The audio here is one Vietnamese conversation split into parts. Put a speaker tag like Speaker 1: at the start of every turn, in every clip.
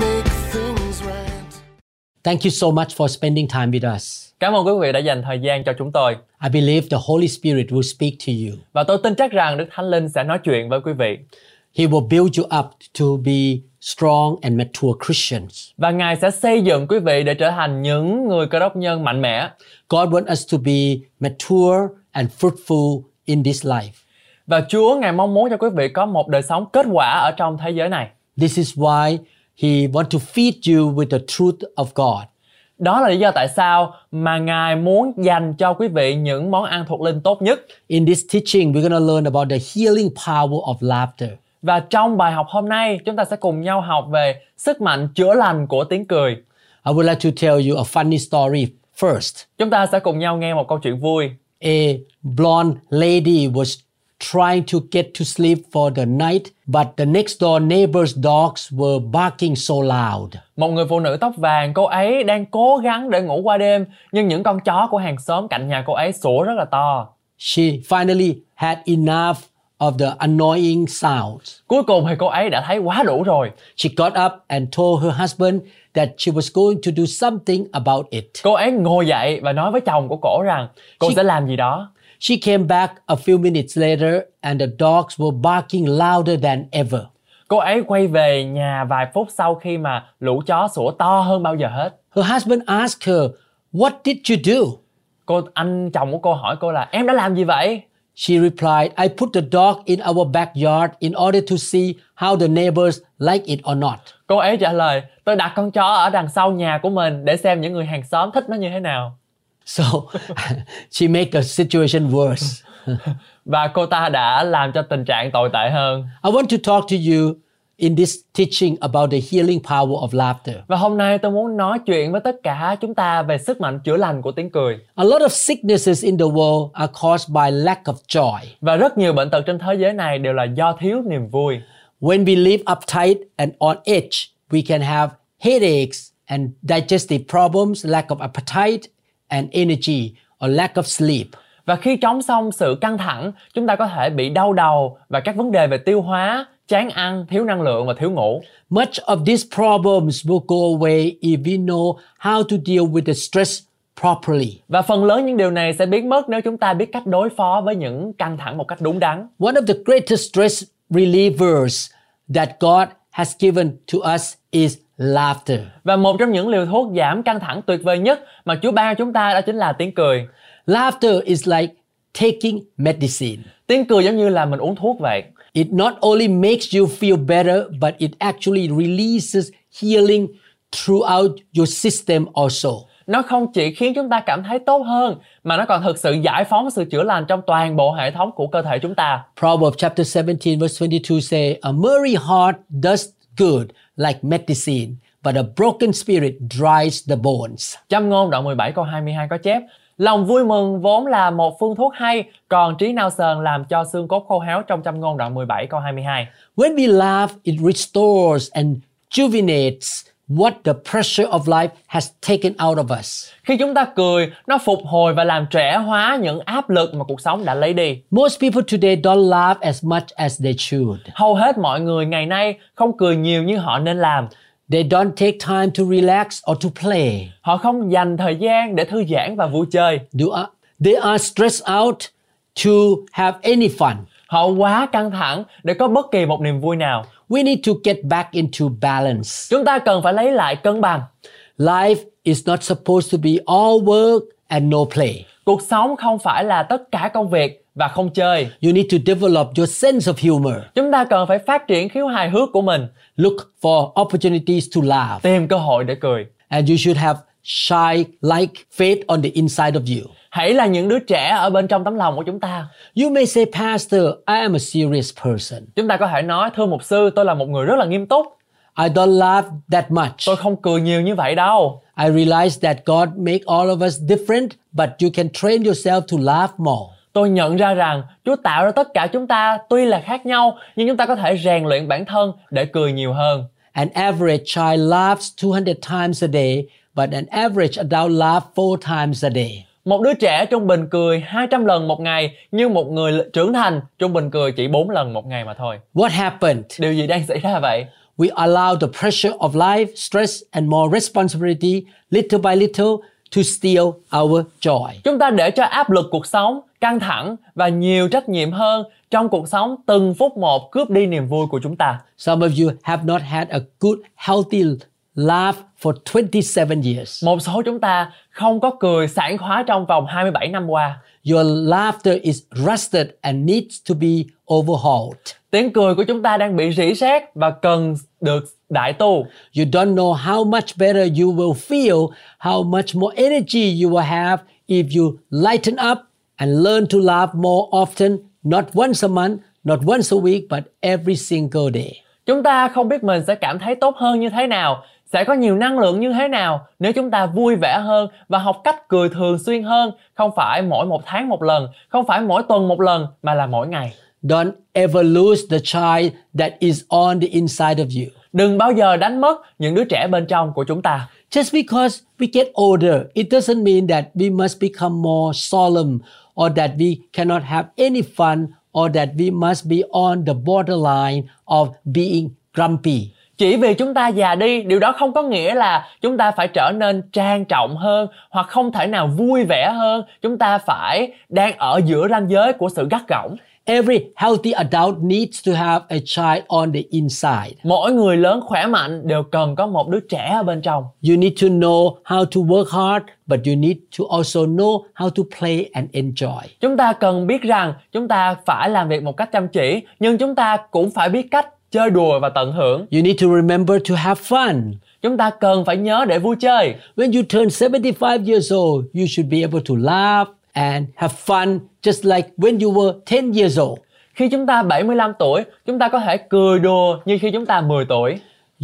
Speaker 1: make things right.
Speaker 2: Thank you so much for spending time with us.
Speaker 3: Cảm ơn quý vị đã dành thời gian cho chúng tôi.
Speaker 2: I believe the Holy Spirit will speak to you.
Speaker 3: Và tôi tin chắc rằng Đức Thánh Linh sẽ nói chuyện với quý vị.
Speaker 2: He will build you up to be strong and mature Christians.
Speaker 3: Và Ngài sẽ xây dựng quý vị để trở thành những người cơ đốc nhân mạnh mẽ.
Speaker 2: God wants us to be mature and fruitful in this life.
Speaker 3: Và Chúa Ngài mong muốn cho quý vị có một đời sống kết quả ở trong thế giới này.
Speaker 2: This is why He wants to feed you with the truth of God.
Speaker 3: Đó là lý do tại sao mà Ngài muốn dành cho quý vị những món ăn thuộc linh tốt nhất.
Speaker 2: In this teaching, we're going to learn about the healing power of laughter.
Speaker 3: Và trong bài học hôm nay, chúng ta sẽ cùng nhau học về sức mạnh chữa lành của tiếng cười.
Speaker 2: I would like to tell you a funny story first.
Speaker 3: Chúng ta sẽ cùng nhau nghe một câu chuyện vui.
Speaker 2: A blonde lady was trying to get to sleep for the night, but the next door neighbor's dogs were barking so loud.
Speaker 3: Một người phụ nữ tóc vàng, cô ấy đang cố gắng để ngủ qua đêm, nhưng những con chó của hàng xóm cạnh nhà cô ấy sủa rất là to.
Speaker 2: She finally had enough of the annoying sounds.
Speaker 3: Cuối cùng thì cô ấy đã thấy quá đủ rồi.
Speaker 2: She got up and told her husband that she was going to do something about it.
Speaker 3: Cô ấy ngồi dậy và nói với chồng của cổ rằng cô
Speaker 2: Chị-
Speaker 3: sẽ làm gì đó.
Speaker 2: She came back a few minutes later and the dogs were barking louder than ever.
Speaker 3: Cô ấy quay về nhà vài phút sau khi mà lũ chó sủa to hơn bao giờ hết.
Speaker 2: Her husband asked her, What did you do?
Speaker 3: Cô anh chồng của cô hỏi cô là em đã làm gì vậy?
Speaker 2: She replied, I put the dog in our backyard in order to see how the neighbors like it or not.
Speaker 3: Cô ấy trả lời tôi đặt con chó ở đằng sau nhà của mình để xem những người hàng xóm thích nó như thế nào.
Speaker 2: So she made the situation worse.
Speaker 3: Và cô ta đã làm cho tình trạng tồi tệ hơn.
Speaker 2: I want to talk to you in this teaching about the healing power of laughter.
Speaker 3: Và hôm nay tôi muốn nói chuyện với tất cả chúng ta về sức mạnh chữa lành của tiếng cười.
Speaker 2: A lot of sicknesses in the world are caused by lack of joy.
Speaker 3: Và rất nhiều bệnh tật trên thế giới này đều là do thiếu niềm vui.
Speaker 2: When we live uptight and on edge, we can have headaches and digestive problems, lack of appetite and energy, or lack of sleep.
Speaker 3: Và khi chống xong sự căng thẳng, chúng ta có thể bị đau đầu và các vấn đề về tiêu hóa, chán ăn, thiếu năng lượng và thiếu ngủ.
Speaker 2: Much of these problems will go away if we know how to deal with the stress properly.
Speaker 3: Và phần lớn những điều này sẽ biến mất nếu chúng ta biết cách đối phó với những căng thẳng một cách đúng đắn.
Speaker 2: One of the greatest stress relievers that God has given to us is laughter.
Speaker 3: Và một trong những liều thuốc giảm căng thẳng tuyệt vời nhất mà Chúa ban cho chúng ta đó chính là tiếng cười.
Speaker 2: Laughter is like taking medicine.
Speaker 3: Tiếng cười giống như là mình uống thuốc vậy.
Speaker 2: It not only makes you feel better, but it actually releases healing throughout your system also.
Speaker 3: Nó không chỉ khiến chúng ta cảm thấy tốt hơn mà nó còn thực sự giải phóng sự chữa lành trong toàn bộ hệ thống của cơ thể chúng ta.
Speaker 2: Proverbs chapter 17 verse 22 say, A merry heart does good like medicine, but a broken spirit dries the bones.
Speaker 3: Châm ngôn đoạn 17 câu 22 có chép Lòng vui mừng vốn là một phương thuốc hay Còn trí nao sờn làm cho xương cốt khô héo Trong châm ngôn đoạn 17 câu 22
Speaker 2: When we laugh, it restores and rejuvenates what the pressure of life has taken out of us.
Speaker 3: Khi chúng ta cười, nó phục hồi và làm trẻ hóa những áp lực mà cuộc sống đã lấy đi
Speaker 2: Most people today don't laugh as much as they should.
Speaker 3: Hầu hết mọi người ngày nay không cười nhiều như họ nên làm
Speaker 2: They don't take time to relax or to play.
Speaker 3: Họ không dành thời gian để thư giãn và vui chơi
Speaker 2: Do uh, they are stressed out to have any fun.
Speaker 3: Họ quá căng thẳng để có bất kỳ một niềm vui nào
Speaker 2: We need to get back into balance.
Speaker 3: Chúng ta cần phải lấy lại cân bằng
Speaker 2: Life is not supposed to be all work and no play.
Speaker 3: Cuộc sống không phải là tất cả công việc và không chơi
Speaker 2: You need to develop your sense of humor.
Speaker 3: Chúng ta cần phải phát triển khiếu hài hước của mình
Speaker 2: Look for opportunities to laugh.
Speaker 3: tìm cơ hội để cười
Speaker 2: And you should have shy like faith on the inside of you.
Speaker 3: hãy là những đứa trẻ ở bên trong tấm lòng của chúng ta
Speaker 2: You may say, Pastor, I am a serious person.
Speaker 3: chúng ta có thể nói thưa mục sư tôi là một người rất là nghiêm túc
Speaker 2: I don't laugh that much.
Speaker 3: tôi không cười nhiều như vậy đâu
Speaker 2: I realize that God make all of us different, but you can train yourself to laugh more.
Speaker 3: Tôi nhận ra rằng Chúa tạo ra tất cả chúng ta tuy là khác nhau nhưng chúng ta có thể rèn luyện bản thân để cười nhiều hơn.
Speaker 2: An average child laughs 200 times a day, but an average adult laughs four times a day.
Speaker 3: Một đứa trẻ trung bình cười 200 lần một ngày nhưng một người trưởng thành trung bình cười chỉ 4 lần một ngày mà thôi.
Speaker 2: What happened?
Speaker 3: Điều gì đang xảy ra vậy?
Speaker 2: We allow the pressure of life, stress, and more responsibility little by little to steal our joy.
Speaker 3: Chúng ta để cho áp lực cuộc sống, căng thẳng và nhiều trách nhiệm hơn trong cuộc sống từng phút một cướp đi niềm vui của chúng ta.
Speaker 2: Some of you have not had a good, healthy laugh for 27 years.
Speaker 3: Một số chúng ta không có cười sảng khoái trong vòng 27 năm qua.
Speaker 2: Your laughter is rusted and needs to be overhauled.
Speaker 3: Tiếng cười của chúng ta đang bị rỉ sét và cần được đại tu.
Speaker 2: You don't know how much better you will feel, how much more energy you will have if you lighten up and learn to laugh more often, not once a month, not once a week, but every single day.
Speaker 3: Chúng ta không biết mình sẽ cảm thấy tốt hơn như thế nào, sẽ có nhiều năng lượng như thế nào nếu chúng ta vui vẻ hơn và học cách cười thường xuyên hơn, không phải mỗi một tháng một lần, không phải mỗi tuần một lần mà là mỗi ngày.
Speaker 2: Don't ever lose the child that is on the inside of you.
Speaker 3: Đừng bao giờ đánh mất những đứa trẻ bên trong của chúng ta.
Speaker 2: Just because we get older, it doesn't mean that we must become more solemn or that we cannot have any fun or that we must be on the borderline of being grumpy.
Speaker 3: Chỉ vì chúng ta già đi, điều đó không có nghĩa là chúng ta phải trở nên trang trọng hơn hoặc không thể nào vui vẻ hơn. Chúng ta phải đang ở giữa ranh giới của sự gắt gỏng.
Speaker 2: Every healthy adult needs to have a child on the inside.
Speaker 3: Mỗi người lớn khỏe mạnh đều cần có một đứa trẻ ở bên trong.
Speaker 2: You need to know how to work hard, but you need to also know how to play and enjoy.
Speaker 3: Chúng ta cần biết rằng chúng ta phải làm việc một cách chăm chỉ, nhưng chúng ta cũng phải biết cách chơi đùa và tận hưởng.
Speaker 2: You need to remember to have fun.
Speaker 3: Chúng ta cần phải nhớ để vui chơi.
Speaker 2: When you turn 75 years old, you should be able to laugh and have fun just like when you were 10 years old.
Speaker 3: Khi chúng ta 75 tuổi, chúng ta có thể cười đùa như khi chúng ta 10 tuổi.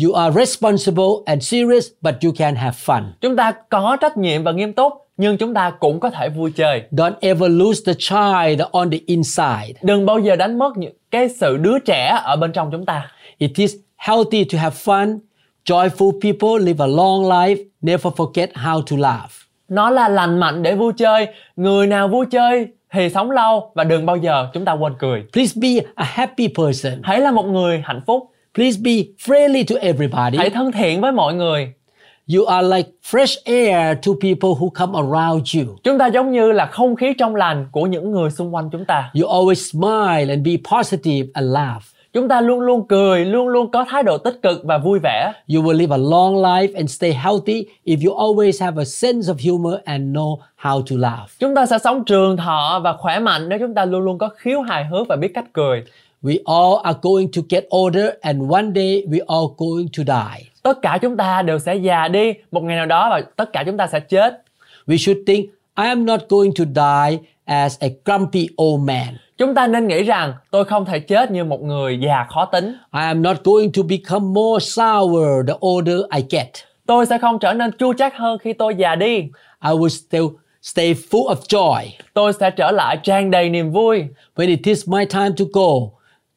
Speaker 2: You are responsible and serious, but you can have fun.
Speaker 3: Chúng ta có trách nhiệm và nghiêm túc, nhưng chúng ta cũng có thể vui chơi.
Speaker 2: Don't ever lose the child on the inside.
Speaker 3: Đừng bao giờ đánh mất những cái sự đứa trẻ ở bên trong chúng ta.
Speaker 2: It is healthy to have fun. Joyful people live a long life, never forget how to laugh.
Speaker 3: Nó là lành mạnh để vui chơi, người nào vui chơi thì sống lâu và đừng bao giờ chúng ta quên cười.
Speaker 2: Please be a happy person.
Speaker 3: Hãy là một người hạnh phúc,
Speaker 2: Please be friendly to everybody.
Speaker 3: hãy thân thiện với mọi người.
Speaker 2: You are like fresh air to people who come around you.
Speaker 3: Chúng ta giống như là không khí trong lành của những người xung quanh chúng ta.
Speaker 2: You always smile and be positive and laugh.
Speaker 3: Chúng ta luôn luôn cười, luôn luôn có thái độ tích cực và vui vẻ.
Speaker 2: You will live a long life and stay healthy if you always have a sense of humor and know how to laugh.
Speaker 3: Chúng ta sẽ sống trường thọ và khỏe mạnh nếu chúng ta luôn luôn có khiếu hài hước và biết cách cười.
Speaker 2: We all are going to get older and one day we all going to die.
Speaker 3: Tất cả chúng ta đều sẽ già đi một ngày nào đó và tất cả chúng ta sẽ chết.
Speaker 2: We should think, I am not going to die as a grumpy old man.
Speaker 3: Chúng ta nên nghĩ rằng tôi không thể chết như một người già khó tính.
Speaker 2: I am not going to become more sour the older I get.
Speaker 3: Tôi sẽ không trở nên chua chát hơn khi tôi già đi.
Speaker 2: I will still stay full of joy.
Speaker 3: Tôi sẽ trở lại tràn đầy niềm vui.
Speaker 2: When it is my time to go,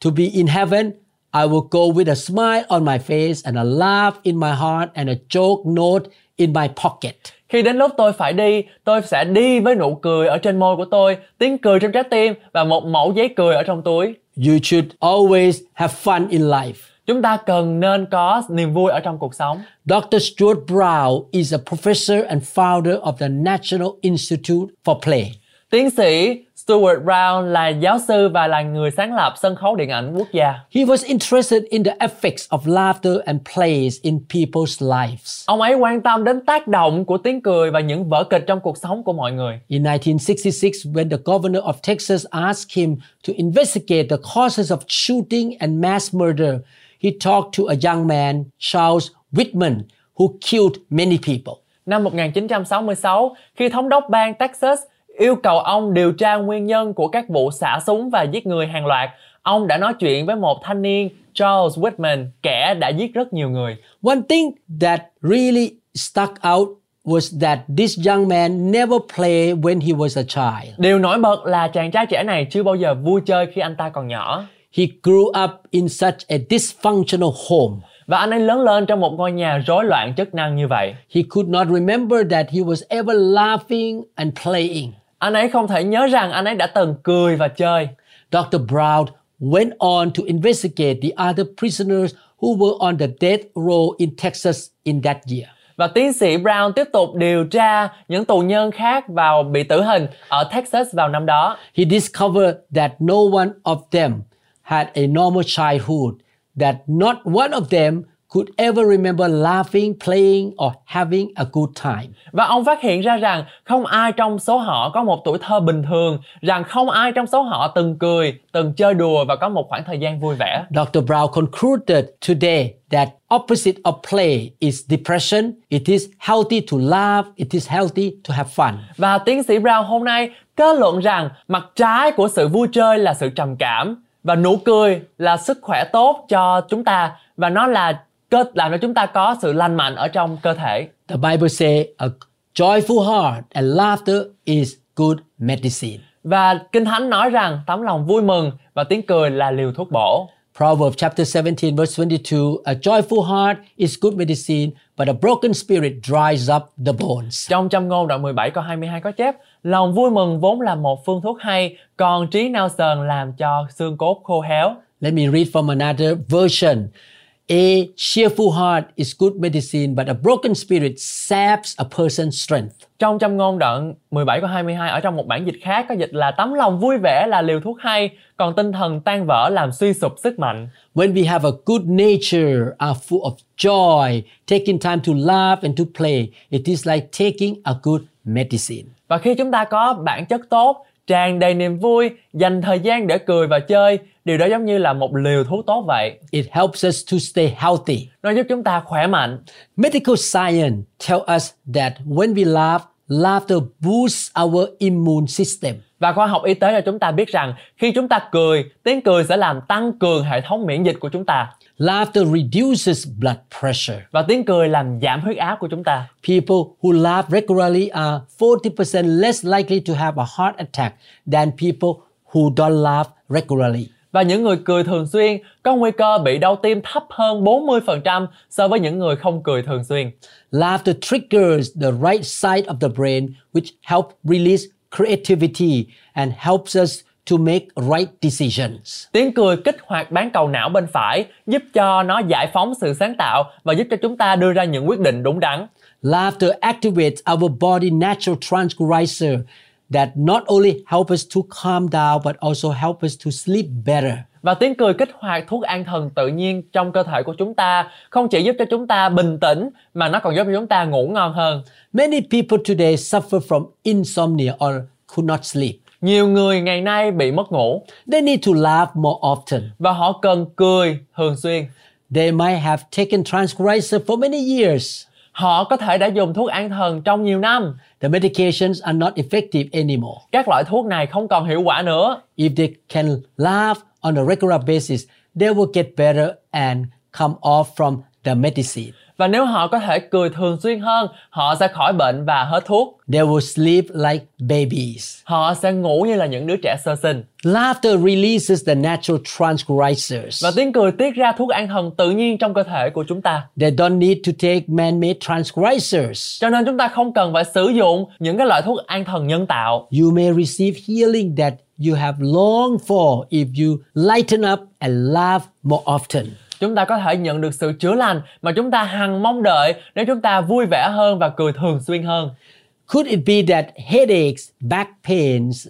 Speaker 2: to be in heaven, I will go with a smile on my face and a laugh in my heart and a joke note in my pocket.
Speaker 3: Khi đến lúc tôi phải đi, tôi sẽ đi với nụ cười ở trên môi của tôi, tiếng cười trong trái tim và một mẫu giấy cười ở trong túi.
Speaker 2: You should always have fun in life.
Speaker 3: Chúng ta cần nên có niềm vui ở trong cuộc sống.
Speaker 2: Dr. Stuart Brown is a professor and founder of the National Institute for Play.
Speaker 3: Tiến sĩ Stuart Brown là giáo sư và là người sáng lập sân khấu điện ảnh quốc gia.
Speaker 2: He was interested in the effects of laughter and plays in people's lives.
Speaker 3: Ông ấy quan tâm đến tác động của tiếng cười và những vở kịch trong cuộc sống của mọi người.
Speaker 2: In 1966, when the governor of Texas asked him to investigate the causes of shooting and mass murder, he talked to a young man, Charles Whitman, who killed many people.
Speaker 3: Năm 1966, khi thống đốc bang Texas yêu cầu ông điều tra nguyên nhân của các vụ xả súng và giết người hàng loạt, ông đã nói chuyện với một thanh niên Charles Whitman, kẻ đã giết rất nhiều người.
Speaker 2: One thing that really stuck out was that this young man never played when he was a child.
Speaker 3: Điều nổi bật là chàng trai trẻ này chưa bao giờ vui chơi khi anh ta còn nhỏ.
Speaker 2: He grew up in such a dysfunctional home.
Speaker 3: Và anh ấy lớn lên trong một ngôi nhà rối loạn chức năng như vậy.
Speaker 2: He could not remember that he was ever laughing and playing.
Speaker 3: Anh ấy không thể nhớ rằng anh ấy đã từng cười và chơi.
Speaker 2: Dr. Brown went on to investigate the other prisoners who were on the death row in Texas in that year.
Speaker 3: Và tiến sĩ Brown tiếp tục điều tra những tù nhân khác vào bị tử hình ở Texas vào năm đó.
Speaker 2: He discovered that no one of them had a normal childhood, that not one of them could ever remember laughing, playing, or having a good time.
Speaker 3: Và ông phát hiện ra rằng không ai trong số họ có một tuổi thơ bình thường, rằng không ai trong số họ từng cười, từng chơi đùa và có một khoảng thời gian vui vẻ.
Speaker 2: Dr. Brown concluded today that opposite of play is depression. It is healthy to laugh. It is healthy to have fun.
Speaker 3: Và tiến sĩ Brown hôm nay kết luận rằng mặt trái của sự vui chơi là sự trầm cảm và nụ cười là sức khỏe tốt cho chúng ta và nó là cơ làm cho chúng ta có sự lành mạnh ở trong cơ thể.
Speaker 2: The Bible says a joyful heart and laughter is good medicine.
Speaker 3: Và Kinh Thánh nói rằng tấm lòng vui mừng và tiếng cười là liều thuốc bổ.
Speaker 2: Proverbs chapter 17 verse 22, a joyful heart is good medicine, but a broken spirit dries up the bones.
Speaker 3: Trong châm ngôn đoạn 17 câu 22 có chép Lòng vui mừng vốn là một phương thuốc hay, còn trí nao sờn làm cho xương cốt khô héo.
Speaker 2: Let me read from another version. A cheerful heart is good medicine, but a broken spirit saps a person's strength.
Speaker 3: Trong châm ngôn đoạn 17 câu 22 ở trong một bản dịch khác có dịch là tấm lòng vui vẻ là liều thuốc hay, còn tinh thần tan vỡ làm suy sụp sức mạnh.
Speaker 2: When we have a good nature, are full of joy, taking time to laugh and to play, it is like taking a good medicine.
Speaker 3: Và khi chúng ta có bản chất tốt, tràn đầy niềm vui, dành thời gian để cười và chơi, điều đó giống như là một liều thuốc tốt vậy.
Speaker 2: It helps us to stay healthy.
Speaker 3: Nó giúp chúng ta khỏe mạnh.
Speaker 2: Medical science tell us that when we laugh, laughter boosts our immune system.
Speaker 3: Và khoa học y tế cho chúng ta biết rằng khi chúng ta cười, tiếng cười sẽ làm tăng cường hệ thống miễn dịch của chúng ta.
Speaker 2: Laughter reduces blood pressure.
Speaker 3: Và tiếng cười làm giảm huyết áp của chúng ta.
Speaker 2: People who laugh regularly are 40% less likely to have a heart attack than people who don't laugh regularly.
Speaker 3: Và những người cười thường xuyên có nguy cơ bị đau tim thấp hơn 40% so với những người không cười thường xuyên.
Speaker 2: Laughter triggers the right side of the brain, which help release creativity and helps us to make right decisions.
Speaker 3: Tiếng cười kích hoạt bán cầu não bên phải, giúp cho nó giải phóng sự sáng tạo và giúp cho chúng ta đưa ra những quyết định đúng đắn.
Speaker 2: Laughter activates our body natural tranquilizer that not only help us to calm down but also help us to sleep better.
Speaker 3: Và tiếng cười kích hoạt thuốc an thần tự nhiên trong cơ thể của chúng ta không chỉ giúp cho chúng ta bình tĩnh mà nó còn giúp cho chúng ta ngủ ngon hơn.
Speaker 2: Many people today suffer from insomnia or could not sleep.
Speaker 3: Nhiều người ngày nay bị mất ngủ
Speaker 2: They need to laugh more often.
Speaker 3: và họ cần cười thường xuyên.
Speaker 2: They might have taken tranquilizer for many years.
Speaker 3: Họ có thể đã dùng thuốc an thần trong nhiều năm.
Speaker 2: The medications are not effective anymore.
Speaker 3: Các loại thuốc này không còn hiệu quả nữa.
Speaker 2: If they can laugh on a regular basis, they will get better and come off from the medicine.
Speaker 3: Và nếu họ có thể cười thường xuyên hơn, họ sẽ khỏi bệnh và hết thuốc.
Speaker 2: They will sleep like babies.
Speaker 3: Họ sẽ ngủ như là những đứa trẻ sơ sinh.
Speaker 2: Laughter releases the natural transgressors.
Speaker 3: Và tiếng cười tiết ra thuốc an thần tự nhiên trong cơ thể của chúng ta.
Speaker 2: They don't need to take man-made transgressors.
Speaker 3: Cho nên chúng ta không cần phải sử dụng những cái loại thuốc an thần nhân tạo.
Speaker 2: You may receive healing that you have longed for if you lighten up and laugh more often.
Speaker 3: Chúng ta có thể nhận được sự chữa lành mà chúng ta hằng mong đợi nếu chúng ta vui vẻ hơn và cười thường xuyên hơn.
Speaker 2: Could it be that headaches, back pains,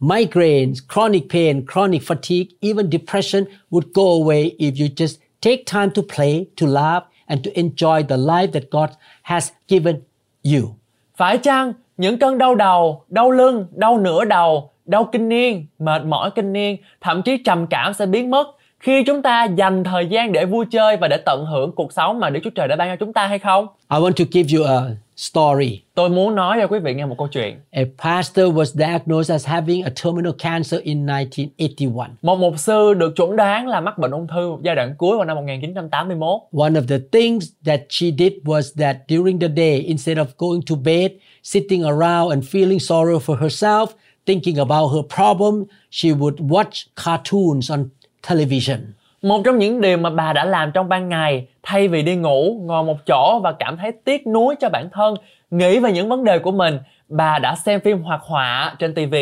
Speaker 2: migraines, chronic pain, chronic fatigue, even depression would go away if you just take time to play, to laugh, and to enjoy the life that God has given you?
Speaker 3: Phải chăng những cơn đau đầu, đau lưng, đau nửa đầu, đau kinh niên, mệt mỏi kinh niên, thậm chí trầm cảm sẽ biến mất khi chúng ta dành thời gian để vui chơi và để tận hưởng cuộc sống mà Đức Chúa Trời đã ban cho chúng ta hay không?
Speaker 2: I want to give you a story.
Speaker 3: Tôi muốn nói cho quý vị nghe một câu chuyện.
Speaker 2: A pastor was diagnosed as having a terminal cancer in 1981.
Speaker 3: Một mục sư được chuẩn đoán là mắc bệnh ung thư giai đoạn cuối vào năm 1981.
Speaker 2: One of the things that she did was that during the day, instead of going to bed, sitting around and feeling sorrow for herself, thinking about her problem, she would watch cartoons on television.
Speaker 3: Một trong những điều mà bà đã làm trong ban ngày, thay vì đi ngủ, ngồi một chỗ và cảm thấy tiếc nuối cho bản thân, nghĩ về những vấn đề của mình, bà đã xem phim hoạt họa trên TV.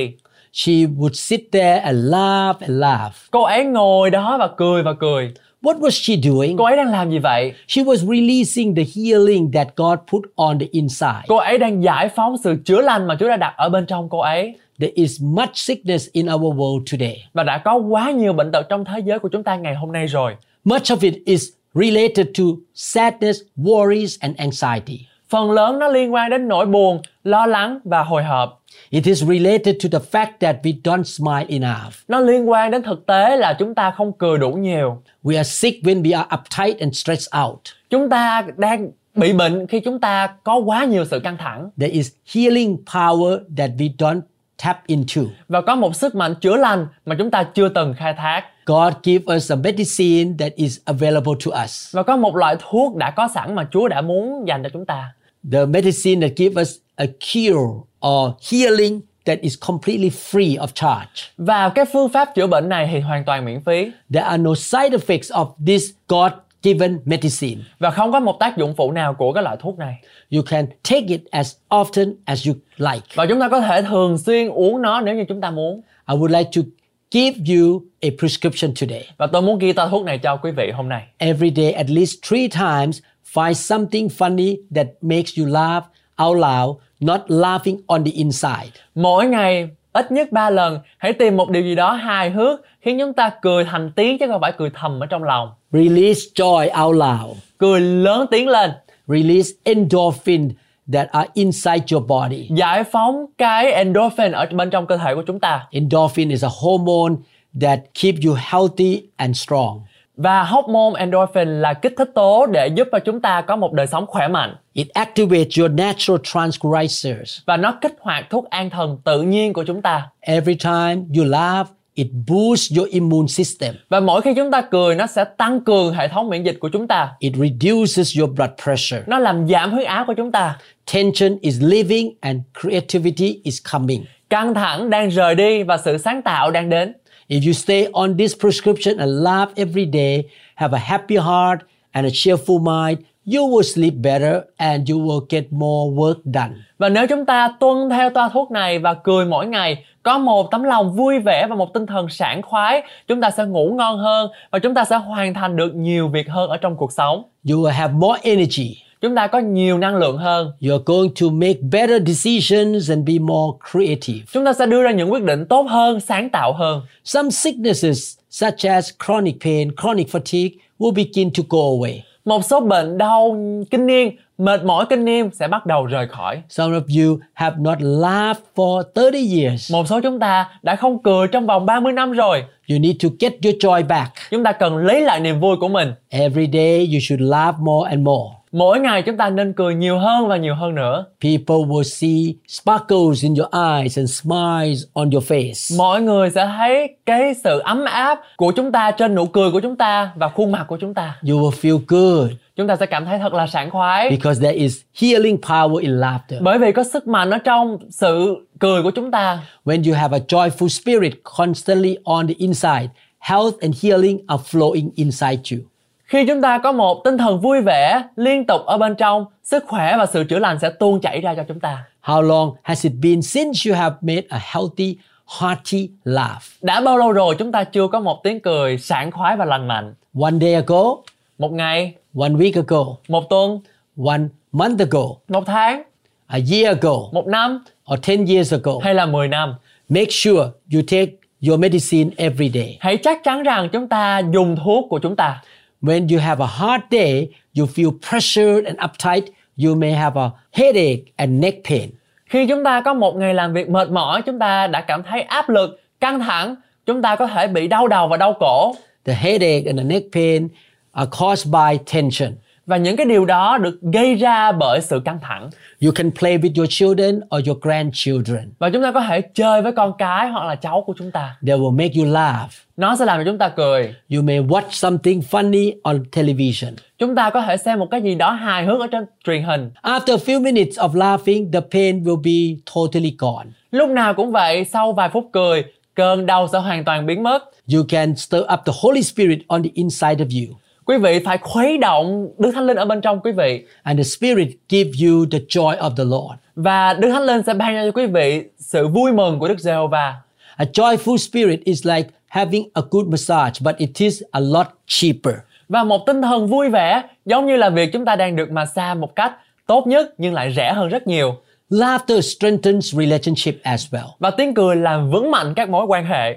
Speaker 2: She would sit there and laugh and laugh.
Speaker 3: Cô ấy ngồi đó và cười và cười.
Speaker 2: What was she doing?
Speaker 3: Cô ấy đang làm gì vậy?
Speaker 2: She was releasing the healing that God put on the inside.
Speaker 3: Cô ấy đang giải phóng sự chữa lành mà Chúa đã đặt ở bên trong cô ấy.
Speaker 2: There is much sickness in our world today.
Speaker 3: Và đã có quá nhiều bệnh tật trong thế giới của chúng ta ngày hôm nay rồi.
Speaker 2: Much of it is related to sadness, worries, and anxiety.
Speaker 3: Phần lớn nó liên quan đến nỗi buồn, lo lắng và hồi hộp.
Speaker 2: It is related to the fact that we don't smile enough.
Speaker 3: Nó liên quan đến thực tế là chúng ta không cười đủ nhiều.
Speaker 2: We are sick when we are uptight and stressed out.
Speaker 3: Chúng ta đang bị bệnh khi chúng ta có quá nhiều sự căng thẳng
Speaker 2: There is healing power that we don't tap into.
Speaker 3: và có một sức mạnh chữa lành mà chúng ta chưa từng khai thác
Speaker 2: God give us a medicine that is available to us.
Speaker 3: và có một loại thuốc đã có sẵn mà Chúa đã muốn dành cho chúng ta.
Speaker 2: The medicine that give us a cure or healing that is completely free of charge.
Speaker 3: Và cái phương pháp chữa bệnh này thì hoàn toàn miễn phí
Speaker 2: There are no side effects of this God given medicine.
Speaker 3: và không có một tác dụng phụ nào của cái loại thuốc này.
Speaker 2: You can take it as often as you like.
Speaker 3: Và chúng ta có thể thường xuyên uống nó nếu như chúng ta muốn.
Speaker 2: I would like to give you a prescription today.
Speaker 3: Và tôi muốn ghi tao thuốc này cho quý vị hôm nay.
Speaker 2: Every day, at least three times, find something funny that makes you laugh out loud, not laughing on the inside.
Speaker 3: Mỗi ngày ít nhất 3 lần hãy tìm một điều gì đó hài hước khiến chúng ta cười thành tiếng chứ không phải cười thầm ở trong lòng.
Speaker 2: Release joy out loud.
Speaker 3: Cười lớn tiếng lên,
Speaker 2: Release endorphin that are inside your body.
Speaker 3: giải phóng cái endorphin ở bên trong cơ thể của chúng ta.
Speaker 2: Endorphin is a hormone that keep you healthy and strong.
Speaker 3: Và hormone endorphin là kích thích tố để giúp cho chúng ta có một đời sống khỏe mạnh
Speaker 2: It activates your natural transgressors.
Speaker 3: và nó kích hoạt thuốc an thần tự nhiên của chúng ta.
Speaker 2: Every time you laugh, it boosts your immune system.
Speaker 3: Và mỗi khi chúng ta cười nó sẽ tăng cường hệ thống miễn dịch của chúng ta.
Speaker 2: It reduces your blood pressure.
Speaker 3: Nó làm giảm huyết áp của chúng ta.
Speaker 2: Tension is leaving and creativity is coming.
Speaker 3: Căng thẳng đang rời đi và sự sáng tạo đang đến.
Speaker 2: If you stay on this prescription and laugh every day, have a happy heart and a cheerful mind, you will sleep better and you will get more work done.
Speaker 3: Và nếu chúng ta tuân theo toa thuốc này và cười mỗi ngày, có một tấm lòng vui vẻ và một tinh thần sảng khoái, chúng ta sẽ ngủ ngon hơn và chúng ta sẽ hoàn thành được nhiều việc hơn ở trong cuộc sống.
Speaker 2: You will have more energy.
Speaker 3: Chúng ta có nhiều năng lượng hơn.
Speaker 2: You're going to make better decisions and be more creative.
Speaker 3: Chúng ta sẽ đưa ra những quyết định tốt hơn, sáng tạo hơn.
Speaker 2: Some sicknesses, such as chronic pain, chronic fatigue, will begin to go away.
Speaker 3: Một số bệnh đau kinh niên, mệt mỏi kinh niên sẽ bắt đầu rời khỏi.
Speaker 2: Some of you have not laughed for 30 years.
Speaker 3: Một số chúng ta đã không cười trong vòng 30 năm rồi.
Speaker 2: You need to get your joy back.
Speaker 3: Chúng ta cần lấy lại niềm vui của mình.
Speaker 2: Every day you should laugh more and more.
Speaker 3: Mỗi ngày chúng ta nên cười nhiều hơn và nhiều hơn nữa.
Speaker 2: People will see sparkles in your eyes and smiles on your face.
Speaker 3: mọi người sẽ thấy cái sự ấm áp của chúng ta trên nụ cười của chúng ta và khuôn mặt của chúng ta
Speaker 2: You will feel good
Speaker 3: chúng ta sẽ cảm thấy thật là sảng khoái
Speaker 2: because there is healing power in laughter.
Speaker 3: bởi vì có sức mạnh ở trong sự cười của chúng ta
Speaker 2: When you have a joyful spirit constantly on the inside, health and healing are flowing inside you.
Speaker 3: khi chúng ta có một tinh thần vui vẻ liên tục ở bên trong sức khỏe và sự chữa lành sẽ tuôn chảy ra cho chúng ta
Speaker 2: How long has it been since you have made a healthy, hearty laugh?
Speaker 3: đã bao lâu rồi chúng ta chưa có một tiếng cười sảng khoái và lành mạnh
Speaker 2: One day ago,
Speaker 3: một ngày
Speaker 2: one week ago,
Speaker 3: một tuần
Speaker 2: one month ago,
Speaker 3: một tháng
Speaker 2: a year ago,
Speaker 3: một năm
Speaker 2: or 10 years ago.
Speaker 3: hay là 10 năm
Speaker 2: Make sure you take your medicine every day.
Speaker 3: hãy chắc chắn rằng chúng ta dùng thuốc của chúng ta
Speaker 2: When you have a hard day, you feel pressured and uptight, you may have a headache and neck pain.
Speaker 3: Khi chúng ta có một ngày làm việc mệt mỏi, chúng ta đã cảm thấy áp lực, căng thẳng, chúng ta có thể bị đau đầu và đau cổ.
Speaker 2: The headache and the neck pain are caused by tension.
Speaker 3: và những cái điều đó được gây ra bởi sự căng thẳng
Speaker 2: You can play with your children or your grandchildren.
Speaker 3: và chúng ta có thể chơi với con cái hoặc là cháu của chúng ta
Speaker 2: They will make you laugh.
Speaker 3: nó sẽ làm cho chúng ta cười
Speaker 2: You may watch something funny on television.
Speaker 3: chúng ta có thể xem một cái gì đó hài hước ở trên truyền hình
Speaker 2: After a few minutes of laughing, the pain will be totally gone.
Speaker 3: lúc nào cũng vậy sau vài phút cười cơn đau sẽ hoàn toàn biến mất
Speaker 2: You can stir up the Holy Spirit on the inside of you,
Speaker 3: quý vị phải khuấy động đức thánh linh ở bên trong quý vị
Speaker 2: and the Spirit give you the joy of the Lord.
Speaker 3: và đức thánh linh sẽ ban cho quý vị sự vui mừng của đức giê-hô-va
Speaker 2: A joyful spirit is like having a good massage, but it is a lot cheaper.
Speaker 3: và một tinh thần vui vẻ giống như là việc chúng ta đang được massage một cách tốt nhất nhưng lại rẻ hơn rất nhiều
Speaker 2: Laughter strengthens relationship as well.
Speaker 3: và tiếng cười làm vững mạnh các mối quan hệ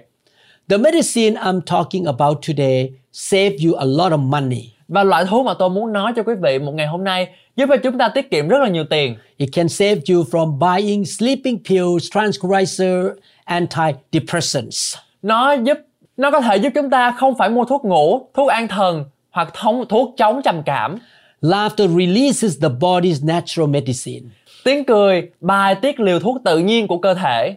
Speaker 2: The medicine I'm talking about today save you a lot of money.
Speaker 3: và loại thuốc mà tôi muốn nói cho quý vị một ngày hôm nay giúp cho chúng ta tiết kiệm rất là nhiều tiền
Speaker 2: It can save you from buying sleeping pills, tranquilizer, antidepressants.
Speaker 3: nó giúp nó có thể giúp chúng ta không phải mua thuốc ngủ thuốc an thần hoặc thông, thuốc chống trầm cảm
Speaker 2: Laughter releases the body's natural medicine.
Speaker 3: tiếng cười bài tiết liều thuốc tự nhiên của cơ thể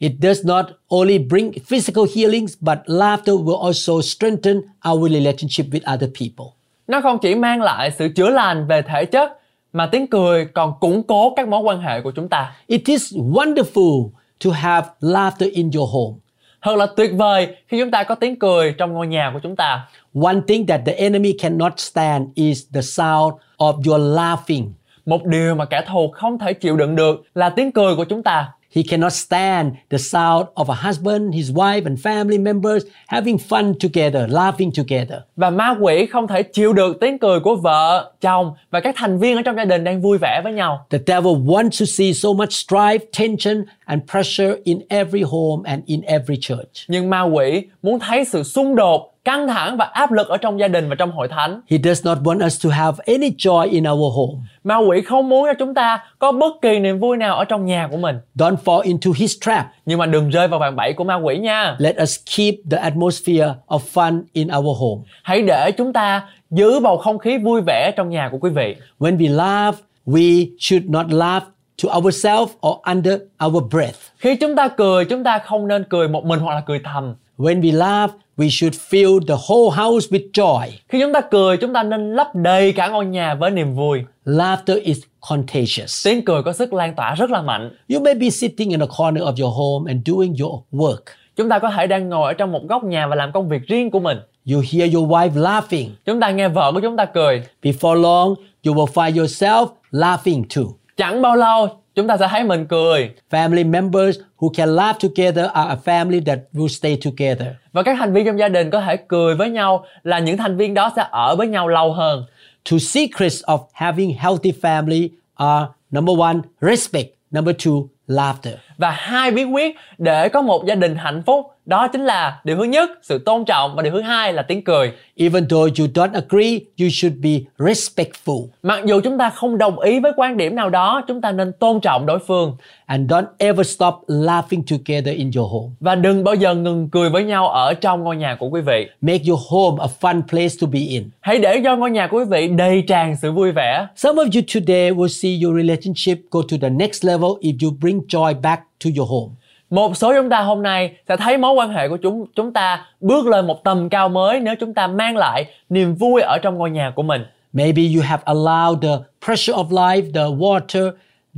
Speaker 2: It does not only bring physical healings, but laughter will also strengthen our relationship with other people.
Speaker 3: nó không chỉ mang lại sự chữa lành về thể chất mà tiếng cười còn củng cố các mối quan hệ của chúng ta
Speaker 2: It is wonderful to have laughter in your home.
Speaker 3: thật là tuyệt vời khi chúng ta có tiếng cười trong ngôi nhà của chúng ta
Speaker 2: One thing that the enemy cannot stand is the sound of your laughing.
Speaker 3: một điều mà kẻ thù không thể chịu đựng được là tiếng cười của chúng ta
Speaker 2: He cannot stand the sound of a husband, his wife, and family members having fun together, laughing together.
Speaker 3: và ma quỷ không thể chịu được tiếng cười của vợ chồng và các thành viên ở trong gia đình đang vui vẻ với nhau
Speaker 2: The devil wants to see so much strife, tension, and pressure in every home and in every church.
Speaker 3: nhưng ma quỷ muốn thấy sự xung đột căng thẳng và áp lực ở trong gia đình và trong hội thánh
Speaker 2: He does not want us to have any joy in our home.
Speaker 3: ma quỷ không muốn cho chúng ta có bất kỳ niềm vui nào ở trong nhà của mình
Speaker 2: Don't fall into his trap.
Speaker 3: nhưng mà đừng rơi vào vòng bẫy của ma quỷ nha
Speaker 2: Let us keep the atmosphere of fun in our home.
Speaker 3: hãy để chúng ta giữ bầu không khí vui vẻ trong nhà của quý vị
Speaker 2: When we laugh, we should not laugh to ourselves or under our breath.
Speaker 3: khi chúng ta cười chúng ta không nên cười một mình hoặc là cười thầm
Speaker 2: When we laugh, we should fill the whole house with joy.
Speaker 3: khi chúng ta cười chúng ta nên lấp đầy cả ngôi nhà với niềm vui
Speaker 2: Laughter is contagious.
Speaker 3: tiếng cười có sức lan tỏa rất là mạnh
Speaker 2: You may be sitting in a corner of your home and doing your work.
Speaker 3: chúng ta có thể đang ngồi ở trong một góc nhà và làm công việc riêng của mình
Speaker 2: You hear your wife laughing.
Speaker 3: chúng ta nghe vợ của chúng ta cười
Speaker 2: Before long, you will find yourself laughing too.
Speaker 3: chẳng bao lâu chúng ta sẽ thấy mình cười
Speaker 2: Family members who can laugh together are a family that will stay together.
Speaker 3: và các thành viên trong gia đình có thể cười với nhau là những thành viên đó sẽ ở với nhau lâu hơn
Speaker 2: Two secrets of having healthy family are number one, respect. Number two, laughter.
Speaker 3: và hai bí quyết để có một gia đình hạnh phúc đó chính là điều thứ nhất sự tôn trọng và điều thứ hai là tiếng cười
Speaker 2: Even though you don't agree, you should be respectful
Speaker 3: mặc dù chúng ta không đồng ý với quan điểm nào đó chúng ta nên tôn trọng đối phương
Speaker 2: and don't ever stop laughing together in your home.
Speaker 3: và đừng bao giờ ngừng cười với nhau ở trong ngôi nhà của quý vị
Speaker 2: Make your home a fun place to be in.
Speaker 3: hãy để cho ngôi nhà của quý vị đầy tràn sự vui vẻ
Speaker 2: Some of you today will see your relationship go to the next level if you bring joy back to your home.
Speaker 3: một số chúng ta hôm nay sẽ thấy mối quan hệ của chúng chúng ta bước lên một tầm cao mới nếu chúng ta mang lại niềm vui ở trong ngôi nhà của mình
Speaker 2: Maybe you have allowed the pressure of life, the water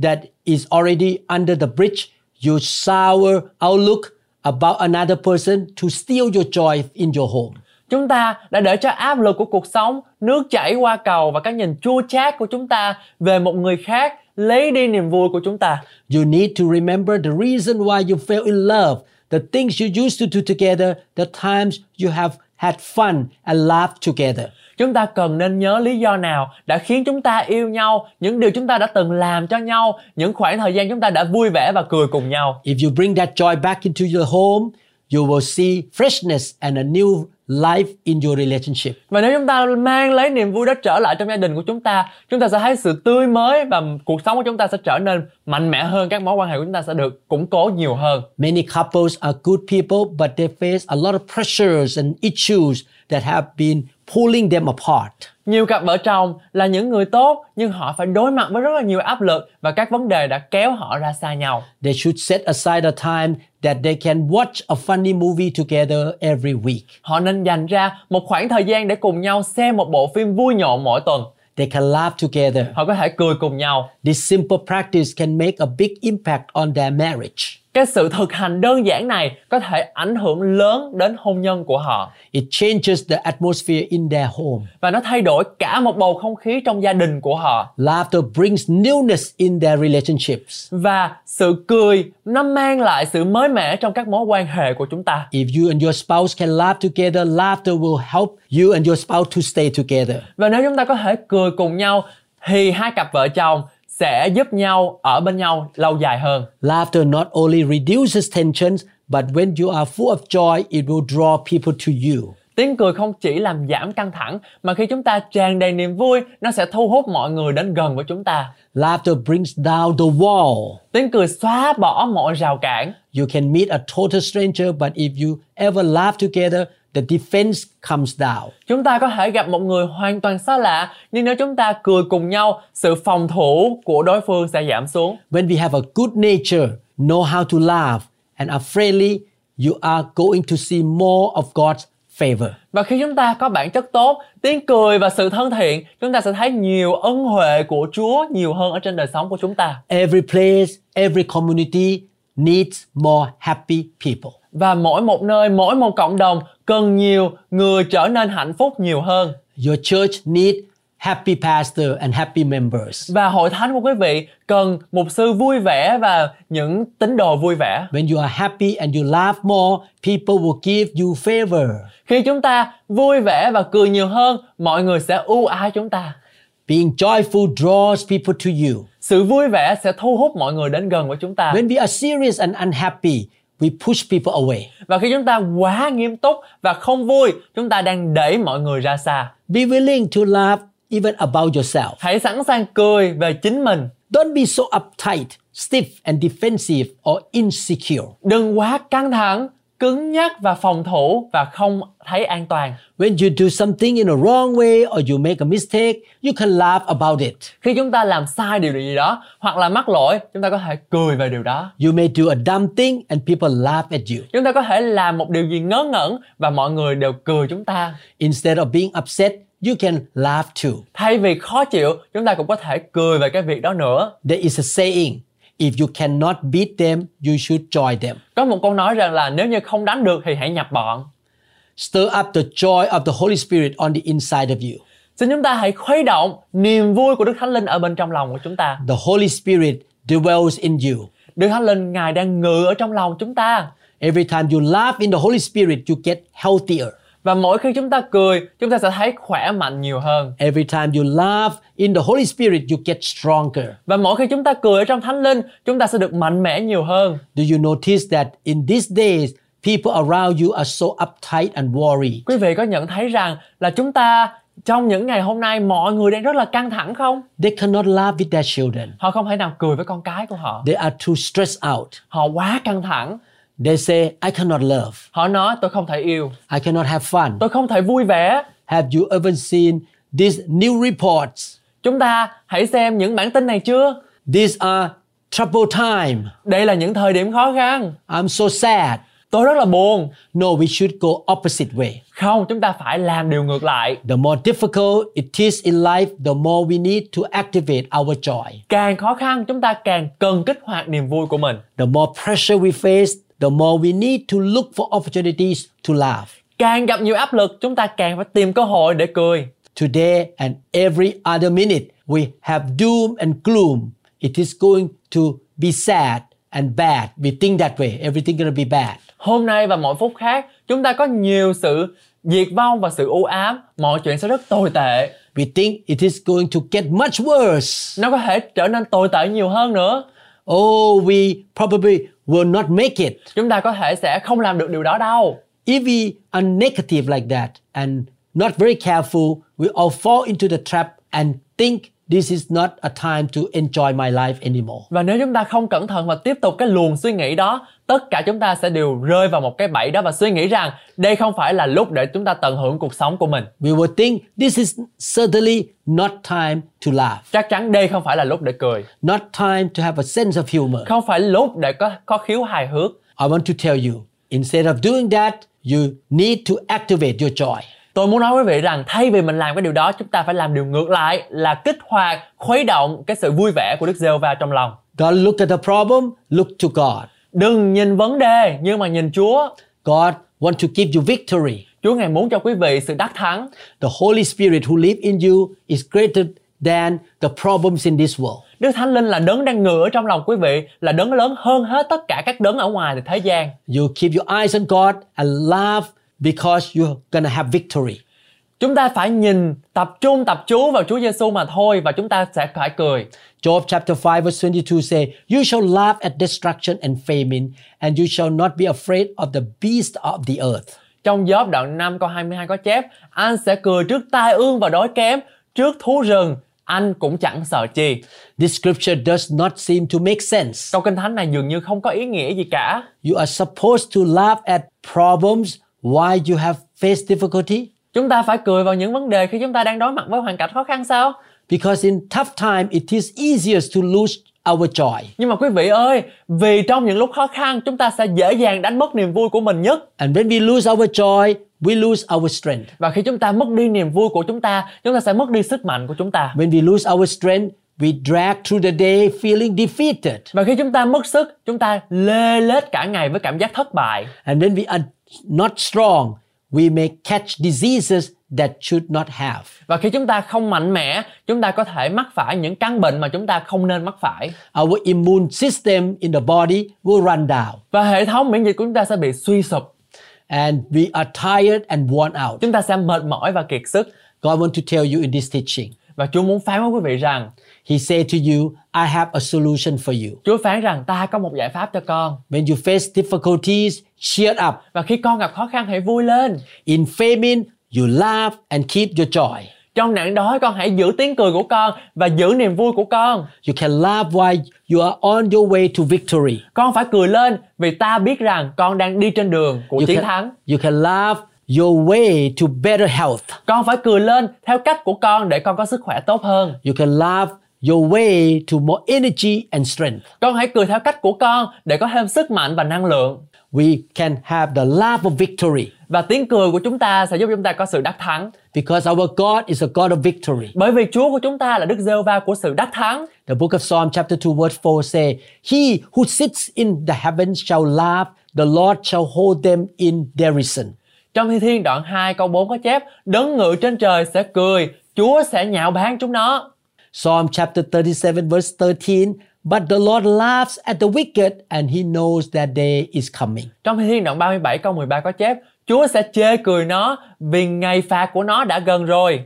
Speaker 2: that is already under the bridge, your sour outlook about another person to steal your joy in your home.
Speaker 3: chúng ta đã để cho áp lực của cuộc sống nước chảy qua cầu và cái nhìn chua chát của chúng ta về một người khác lấy đi niềm vui của chúng ta
Speaker 2: You need to remember the reason why you fell in love, the things you used to do together, the times you have had fun and laughed together.
Speaker 3: chúng ta cần nên nhớ lý do nào đã khiến chúng ta yêu nhau những điều chúng ta đã từng làm cho nhau những khoảng thời gian chúng ta đã vui vẻ và cười cùng nhau
Speaker 2: If you bring that joy back into your home, you will see freshness and a new life in your relationship.
Speaker 3: và nếu chúng ta mang lấy niềm vui đó trở lại trong gia đình của chúng ta chúng ta sẽ thấy sự tươi mới và cuộc sống của chúng ta sẽ trở nên mạnh mẽ hơn các mối quan hệ của chúng ta sẽ được củng cố nhiều hơn
Speaker 2: Many couples are good people, but they face a lot of pressures and issues that have been pulling them apart.
Speaker 3: Nhiều cặp vợ chồng là những người tốt nhưng họ phải đối mặt với rất là nhiều áp lực và các vấn đề đã kéo họ ra xa nhau.
Speaker 2: They should set aside a time that they can watch a funny movie together every week.
Speaker 3: Họ nên dành ra một khoảng thời gian để cùng nhau xem một bộ phim vui nhộn mỗi tuần.
Speaker 2: They can laugh together.
Speaker 3: Họ có thể cười cùng nhau.
Speaker 2: This simple practice can make a big impact on their marriage.
Speaker 3: Cái sự thực hành đơn giản này có thể ảnh hưởng lớn đến hôn nhân của họ
Speaker 2: It changes the atmosphere in their home.
Speaker 3: và nó thay đổi cả một bầu không khí trong gia đình của họ.
Speaker 2: Laughter brings newness in their relationships.
Speaker 3: Và sự cười nó mang lại sự mới mẻ trong các mối quan hệ của chúng ta.
Speaker 2: If you and your spouse can laugh together, laughter will help you and your spouse to stay together.
Speaker 3: Và nếu chúng ta có thể cười cùng nhau thì hai cặp vợ chồng sẽ giúp nhau ở bên nhau lâu dài hơn.
Speaker 2: Laughter not only reduces tensions, but when you are full of joy, it will draw people to you.
Speaker 3: Tiếng cười không chỉ làm giảm căng thẳng mà khi chúng ta tràn đầy niềm vui, nó sẽ thu hút mọi người đến gần với chúng ta.
Speaker 2: Laughter brings down the wall.
Speaker 3: Tiếng cười xóa bỏ mọi rào cản.
Speaker 2: You can meet a total stranger, but if you ever laugh together, the defense comes down.
Speaker 3: Chúng ta có thể gặp một người hoàn toàn xa lạ, nhưng nếu chúng ta cười cùng nhau, sự phòng thủ của đối phương sẽ giảm xuống.
Speaker 2: When we have a good nature, know how to laugh, and are friendly, you are going to see more of God's favor.
Speaker 3: Và khi chúng ta có bản chất tốt, tiếng cười và sự thân thiện, chúng ta sẽ thấy nhiều ân huệ của Chúa nhiều hơn ở trên đời sống của chúng ta.
Speaker 2: Every place, every community needs more happy people.
Speaker 3: Và mỗi một nơi, mỗi một cộng đồng cần nhiều người trở nên hạnh phúc nhiều hơn.
Speaker 2: Your church need happy pastor and happy members.
Speaker 3: Và hội thánh của quý vị cần mục sư vui vẻ và những tín đồ vui vẻ.
Speaker 2: When you are happy and you laugh more, people will give you favor.
Speaker 3: Khi chúng ta vui vẻ và cười nhiều hơn, mọi người sẽ ưu ái chúng ta.
Speaker 2: Being joyful draws people to you.
Speaker 3: Sự vui vẻ sẽ thu hút mọi người đến gần với chúng ta.
Speaker 2: When we are serious and unhappy, we push people away.
Speaker 3: Và khi chúng ta quá nghiêm túc và không vui, chúng ta đang đẩy mọi người ra xa.
Speaker 2: Be willing to laugh even about yourself.
Speaker 3: Hãy sẵn sàng cười về chính mình.
Speaker 2: Don't be so uptight, stiff, and defensive or insecure.
Speaker 3: Đừng quá căng thẳng, cứng nhắc và phòng thủ và không thấy an toàn.
Speaker 2: When you do something in a wrong way or you make a mistake, you can laugh about it.
Speaker 3: Khi chúng ta làm sai điều gì đó hoặc là mắc lỗi, chúng ta có thể cười về điều đó.
Speaker 2: You may do a dumb thing and people laugh at you.
Speaker 3: Chúng ta có thể làm một điều gì ngớ ngẩn và mọi người đều cười chúng ta.
Speaker 2: Instead of being upset, you can laugh too.
Speaker 3: Thay vì khó chịu, chúng ta cũng có thể cười về cái việc đó nữa.
Speaker 2: There is a saying, if you cannot beat them, you should join them.
Speaker 3: Có một câu nói rằng là nếu như không đánh được thì hãy nhập bọn.
Speaker 2: Stir up the joy of the Holy Spirit on the inside of you.
Speaker 3: Xin chúng ta hãy khuấy động niềm vui của Đức Thánh Linh ở bên trong lòng của chúng ta.
Speaker 2: The Holy Spirit dwells in you.
Speaker 3: Đức Thánh Linh Ngài đang ngự ở trong lòng chúng ta.
Speaker 2: Every time you laugh in the Holy Spirit, you get healthier.
Speaker 3: Và mỗi khi chúng ta cười, chúng ta sẽ thấy khỏe mạnh nhiều hơn.
Speaker 2: Every time you laugh in the Holy Spirit, you get stronger.
Speaker 3: Và mỗi khi chúng ta cười ở trong Thánh Linh, chúng ta sẽ được mạnh mẽ nhiều hơn.
Speaker 2: Do you notice that in these days, people around you are so uptight and worried?
Speaker 3: Quý vị có nhận thấy rằng là chúng ta trong những ngày hôm nay mọi người đang rất là căng thẳng không?
Speaker 2: They cannot laugh with their children.
Speaker 3: Họ không thể nào cười với con cái của họ.
Speaker 2: They are too stressed out.
Speaker 3: Họ quá căng thẳng.
Speaker 2: They say, I cannot love.
Speaker 3: Họ nói tôi không thể yêu,
Speaker 2: I cannot have fun.
Speaker 3: tôi không thể vui vẻ.
Speaker 2: Have you ever seen these new reports?
Speaker 3: Chúng ta hãy xem những bản tin này chưa?
Speaker 2: These are trouble time.
Speaker 3: Đây là những thời điểm khó khăn.
Speaker 2: I'm so sad.
Speaker 3: Tôi rất là buồn.
Speaker 2: No, we should go opposite way.
Speaker 3: Không, chúng ta phải làm điều ngược lại.
Speaker 2: The more difficult it is in life, the more we need to activate our joy.
Speaker 3: Càng khó khăn chúng ta càng cần kích hoạt niềm vui của mình.
Speaker 2: The more pressure we face, the more we need to look for opportunities to laugh.
Speaker 3: Càng gặp nhiều áp lực chúng ta càng phải tìm cơ hội để cười.
Speaker 2: Today and every other minute, we have doom and gloom. It is going to be sad and bad. We think that way. Everything gonna be bad.
Speaker 3: Hôm nay và mỗi phút khác chúng ta có nhiều sự diệt vong và sự u ám. Mọi chuyện sẽ rất tồi tệ.
Speaker 2: We think it is going to get much worse.
Speaker 3: Nó có thể trở nên tồi tệ nhiều hơn nữa.
Speaker 2: Oh, we probably will not make it.
Speaker 3: Chúng ta có thể sẽ không làm được điều đó đâu.
Speaker 2: If we are negative like that and not very careful, we all fall into the trap and think this is not a time to enjoy my life anymore.
Speaker 3: Và nếu chúng ta không cẩn thận và tiếp tục cái luồng suy nghĩ đó, tất cả chúng ta sẽ đều rơi vào một cái bẫy đó và suy nghĩ rằng đây không phải là lúc để chúng ta tận hưởng cuộc sống của mình.
Speaker 2: We will think this is certainly not time to laugh,
Speaker 3: Chắc chắn đây không phải là lúc để cười,
Speaker 2: not time to have a sense of humor.
Speaker 3: không phải lúc để có có khiếu hài hước.
Speaker 2: I want to tell you, instead of doing that, you need to activate your joy.
Speaker 3: Tôi muốn nói với quý vị rằng thay vì mình làm cái điều đó, chúng ta phải làm điều ngược lại là kích hoạt, khuấy động cái sự vui vẻ của Đức giê va trong lòng.
Speaker 2: Don't look at the problem, look to God.
Speaker 3: Đừng nhìn vấn đề nhưng mà nhìn Chúa.
Speaker 2: God wants to give you victory.
Speaker 3: Chúa ngài muốn cho quý vị sự đắc thắng.
Speaker 2: The Holy Spirit who lives in you is greater than the problems in this world.
Speaker 3: Đức Thánh Linh là đấng đang ngự ở trong lòng quý vị, là đấng lớn hơn hết tất cả các đấng ở ngoài thì thế gian.
Speaker 2: You keep your eyes on God and laugh because you're going to have victory.
Speaker 3: Chúng ta phải nhìn, tập trung, tập chú vào Chúa Giêsu mà thôi và chúng ta sẽ phải cười.
Speaker 2: Job chapter 5 verse 22 say, You shall laugh at destruction and famine, and you shall not be afraid of the beast of the earth.
Speaker 3: Trong Gióp đoạn 5 câu 22 có chép, anh sẽ cười trước tai ương và đói kém, trước thú rừng, anh cũng chẳng sợ chi.
Speaker 2: This scripture does not seem to make sense.
Speaker 3: Câu kinh thánh này dường như không có ý nghĩa gì cả.
Speaker 2: You are supposed to laugh at problems why you have faced difficulty.
Speaker 3: Chúng ta phải cười vào những vấn đề khi chúng ta đang đối mặt với hoàn cảnh khó khăn sao?
Speaker 2: Because in tough time, it is easiest to lose our joy.
Speaker 3: Nhưng mà quý vị ơi, vì trong những lúc khó khăn chúng ta sẽ dễ dàng đánh mất niềm vui của mình nhất.
Speaker 2: And when we lose our joy, we lose our strength.
Speaker 3: Và khi chúng ta mất đi niềm vui của chúng ta, chúng ta sẽ mất đi sức mạnh của chúng ta.
Speaker 2: When we lose our strength, we drag through the day feeling defeated.
Speaker 3: Và khi chúng ta mất sức, chúng ta lê lết cả ngày với cảm giác thất bại.
Speaker 2: And when we are not strong, we may catch diseases that should not have.
Speaker 3: Và khi chúng ta không mạnh mẽ, chúng ta có thể mắc phải những căn bệnh mà chúng ta không nên mắc phải.
Speaker 2: Our immune system in the body will run down.
Speaker 3: Và hệ thống miễn dịch của chúng ta sẽ bị suy sụp.
Speaker 2: And we are tired and worn out.
Speaker 3: Chúng ta sẽ mệt mỏi và kiệt sức.
Speaker 2: God wants to tell you in this teaching.
Speaker 3: Và Chúa muốn phán với quý vị rằng,
Speaker 2: He said to you, I have a solution for you.
Speaker 3: Chúa phán rằng ta có một giải pháp cho con.
Speaker 2: When you face difficulties, cheer up.
Speaker 3: Và khi con gặp khó khăn hãy vui lên.
Speaker 2: In famine, you laugh and keep your joy.
Speaker 3: Trong nạn đói con hãy giữ tiếng cười của con và giữ niềm vui của con.
Speaker 2: You can laugh while you are on your way to victory.
Speaker 3: Con phải cười lên vì ta biết rằng con đang đi trên đường của
Speaker 2: You
Speaker 3: chiến
Speaker 2: can-
Speaker 3: thắng.
Speaker 2: you can laugh your way to better health.
Speaker 3: Con phải cười lên theo cách của con để con có sức khỏe tốt hơn.
Speaker 2: You can laugh your way to more energy and strength.
Speaker 3: Con hãy cười theo cách của con để có thêm sức mạnh và năng lượng.
Speaker 2: We can have the laugh of victory
Speaker 3: Và tiếng cười của chúng ta sẽ giúp chúng ta có sự đắc thắng.
Speaker 2: because our God is a God of victory.
Speaker 3: Bởi vì Chúa của chúng ta là Đức giê va của sự đắc thắng.
Speaker 2: The book of Psalm chapter 2 verse 4 say, He who sits in the heavens shall laugh, the Lord shall hold them in derision.
Speaker 3: Trong thi thiên đoạn 2 câu 4 có chép Đấng ngự trên trời sẽ cười, Chúa sẽ nhạo báng chúng nó.
Speaker 2: Psalm chapter 37 verse 13, But the Lord laughs at the wicked and he knows that day is coming.
Speaker 3: Trong thi thiên đoạn 37 câu 13 có chép Chúa sẽ chê cười nó vì ngày phạt của nó đã gần rồi.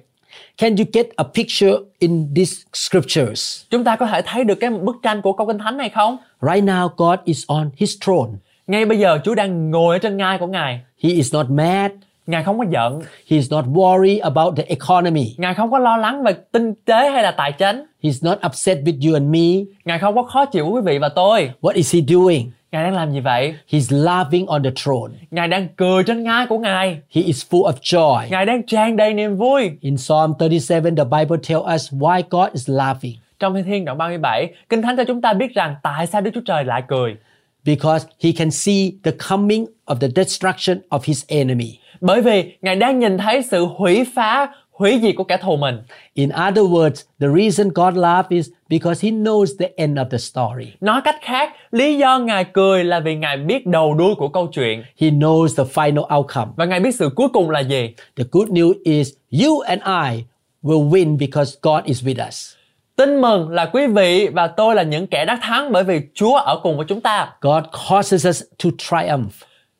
Speaker 2: Can you get a picture in these scriptures?
Speaker 3: Chúng ta có thể thấy được cái bức tranh của câu kinh thánh này không?
Speaker 2: Right now, God is on his throne.
Speaker 3: Ngay bây giờ Chúa đang ngồi ở trên ngai của Ngài.
Speaker 2: He is not mad.
Speaker 3: Ngài không có giận,
Speaker 2: He is not worried about the economy.
Speaker 3: Ngài không có lo lắng về kinh tế hay là tài chính.
Speaker 2: He's not upset with you and me.
Speaker 3: Ngài không có khó chịu với quý vị và tôi.
Speaker 2: What is he doing?
Speaker 3: Ngài đang làm gì vậy?
Speaker 2: He's laughing on the throne.
Speaker 3: Ngài đang cười trên ngai của Ngài.
Speaker 2: He is full of joy.
Speaker 3: Ngài đang tràn đầy niềm vui.
Speaker 2: In Psalm 37, the Bible tells us why God is laughing.
Speaker 3: Trong Thi Thiên đoạn 37, Kinh Thánh cho chúng ta biết rằng tại sao Đức Chúa Trời lại cười.
Speaker 2: Because he can see the coming of the destruction of his enemy.
Speaker 3: Bởi vì Ngài đang nhìn thấy sự hủy phá, hủy diệt của kẻ thù mình.
Speaker 2: In other words, the reason God laughs is because he knows the end of the story.
Speaker 3: Nói cách khác, lý do Ngài cười là vì Ngài biết đầu đuôi của câu chuyện
Speaker 2: He knows the final outcome.
Speaker 3: và Ngài biết sự cuối cùng là gì.
Speaker 2: The good news is you and I will win because God is with us.
Speaker 3: Tin mừng là quý vị và tôi là những kẻ đắc thắng bởi vì Chúa ở cùng với chúng ta.
Speaker 2: God causes us to triumph.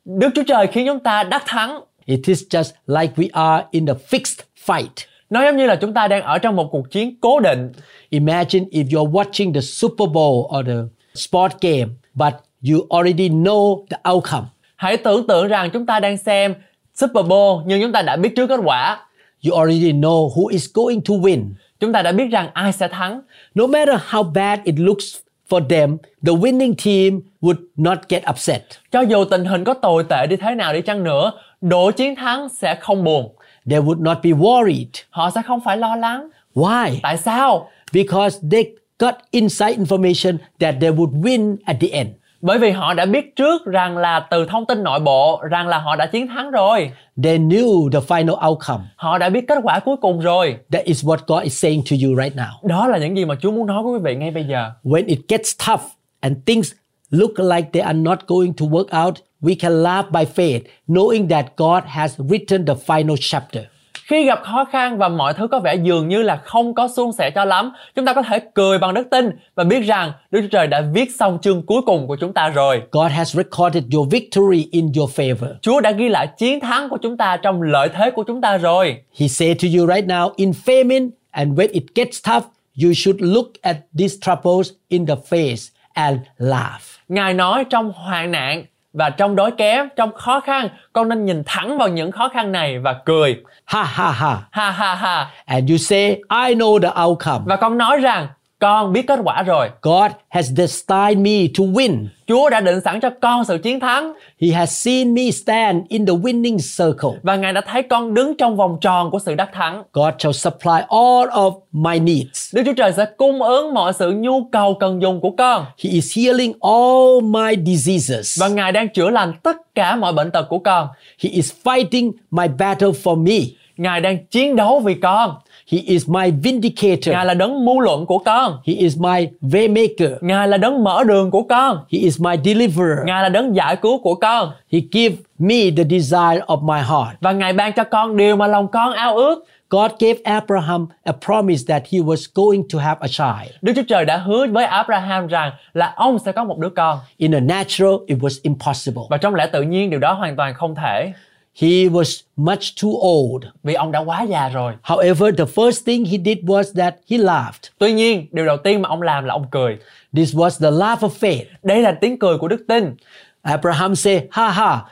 Speaker 3: Đức Chúa Trời khiến chúng ta đắc thắng.
Speaker 2: It is just like we are in the fixed fight.
Speaker 3: Nó giống như là chúng ta đang ở trong một cuộc chiến cố định.
Speaker 2: Imagine if you're watching the Super Bowl or the sport game, but you already know the outcome.
Speaker 3: Hãy tưởng tượng rằng chúng ta đang xem Super Bowl nhưng chúng ta đã biết trước kết quả.
Speaker 2: You already know who is going to win.
Speaker 3: Chúng ta đã biết rằng ai sẽ thắng.
Speaker 2: No matter how bad it looks for them, the winning team would not get upset.
Speaker 3: Cho dù tình hình có tồi tệ đi thế nào đi chăng nữa, đội chiến thắng sẽ không buồn.
Speaker 2: They would not be worried.
Speaker 3: Họ sẽ không phải lo lắng.
Speaker 2: Why?
Speaker 3: Tại sao?
Speaker 2: Because they got inside information that they would win at the end.
Speaker 3: Bởi vì họ đã biết trước rằng là từ thông tin nội bộ rằng là họ đã chiến thắng rồi.
Speaker 2: They knew the final outcome.
Speaker 3: Họ đã biết kết quả cuối cùng rồi.
Speaker 2: That is what God is saying to you right now.
Speaker 3: Đó là những gì mà Chúa muốn nói với quý vị ngay bây giờ.
Speaker 2: When it gets tough and things look like they are not going to work out, we can laugh by faith, knowing that God has written the final chapter.
Speaker 3: Khi gặp khó khăn và mọi thứ có vẻ dường như là không có suôn sẻ cho lắm, chúng ta có thể cười bằng đức tin và biết rằng Đức Chúa Trời đã viết xong chương cuối cùng của chúng ta rồi.
Speaker 2: God has recorded your victory in your favor.
Speaker 3: Chúa đã ghi lại chiến thắng của chúng ta trong lợi thế của chúng ta rồi.
Speaker 2: He said to you right now, in famine and when it gets tough, you should look at these troubles in the face and laugh.
Speaker 3: Ngài nói trong hoạn nạn và trong đói kém, trong khó khăn, con nên nhìn thẳng vào những khó khăn này và cười.
Speaker 2: Ha ha ha.
Speaker 3: Ha ha ha.
Speaker 2: And you say, I know the outcome.
Speaker 3: Và con nói rằng con biết kết quả rồi.
Speaker 2: God has destined me to win.
Speaker 3: Chúa đã định sẵn cho con sự chiến thắng
Speaker 2: He has seen me stand in the winning circle.
Speaker 3: và Ngài đã thấy con đứng trong vòng tròn của sự đắc thắng.
Speaker 2: God shall supply all of my needs.
Speaker 3: Đức Chúa Trời sẽ cung ứng mọi sự nhu cầu cần dùng của con
Speaker 2: He is healing all my diseases.
Speaker 3: và Ngài đang chữa lành tất cả mọi bệnh tật của con.
Speaker 2: He is fighting my battle for me.
Speaker 3: Ngài đang chiến đấu vì con.
Speaker 2: He is my vindicator.
Speaker 3: Ngài là đấng mưu luận của con.
Speaker 2: He is my waymaker.
Speaker 3: Ngài là đấng mở đường của con.
Speaker 2: He is my deliverer.
Speaker 3: Ngài là đấng giải cứu của con
Speaker 2: He give me the desire of my heart.
Speaker 3: và Ngài ban cho con điều mà lòng con ao ước.
Speaker 2: God gave Abraham a promise that he was going to have a child.
Speaker 3: Đức Chúa Trời đã hứa với Abraham rằng là ông sẽ có một đứa con
Speaker 2: In the natural, it was impossible.
Speaker 3: và trong lẽ tự nhiên điều đó hoàn toàn không thể
Speaker 2: He was much too old.
Speaker 3: vì ông đã quá già rồi.
Speaker 2: However, the first thing he did was that he laughed.
Speaker 3: Tuy nhiên, điều đầu tiên mà ông làm là ông cười.
Speaker 2: This was the laugh of faith.
Speaker 3: Đây là tiếng cười của đức tin.
Speaker 2: Abraham said, Ha ha, I,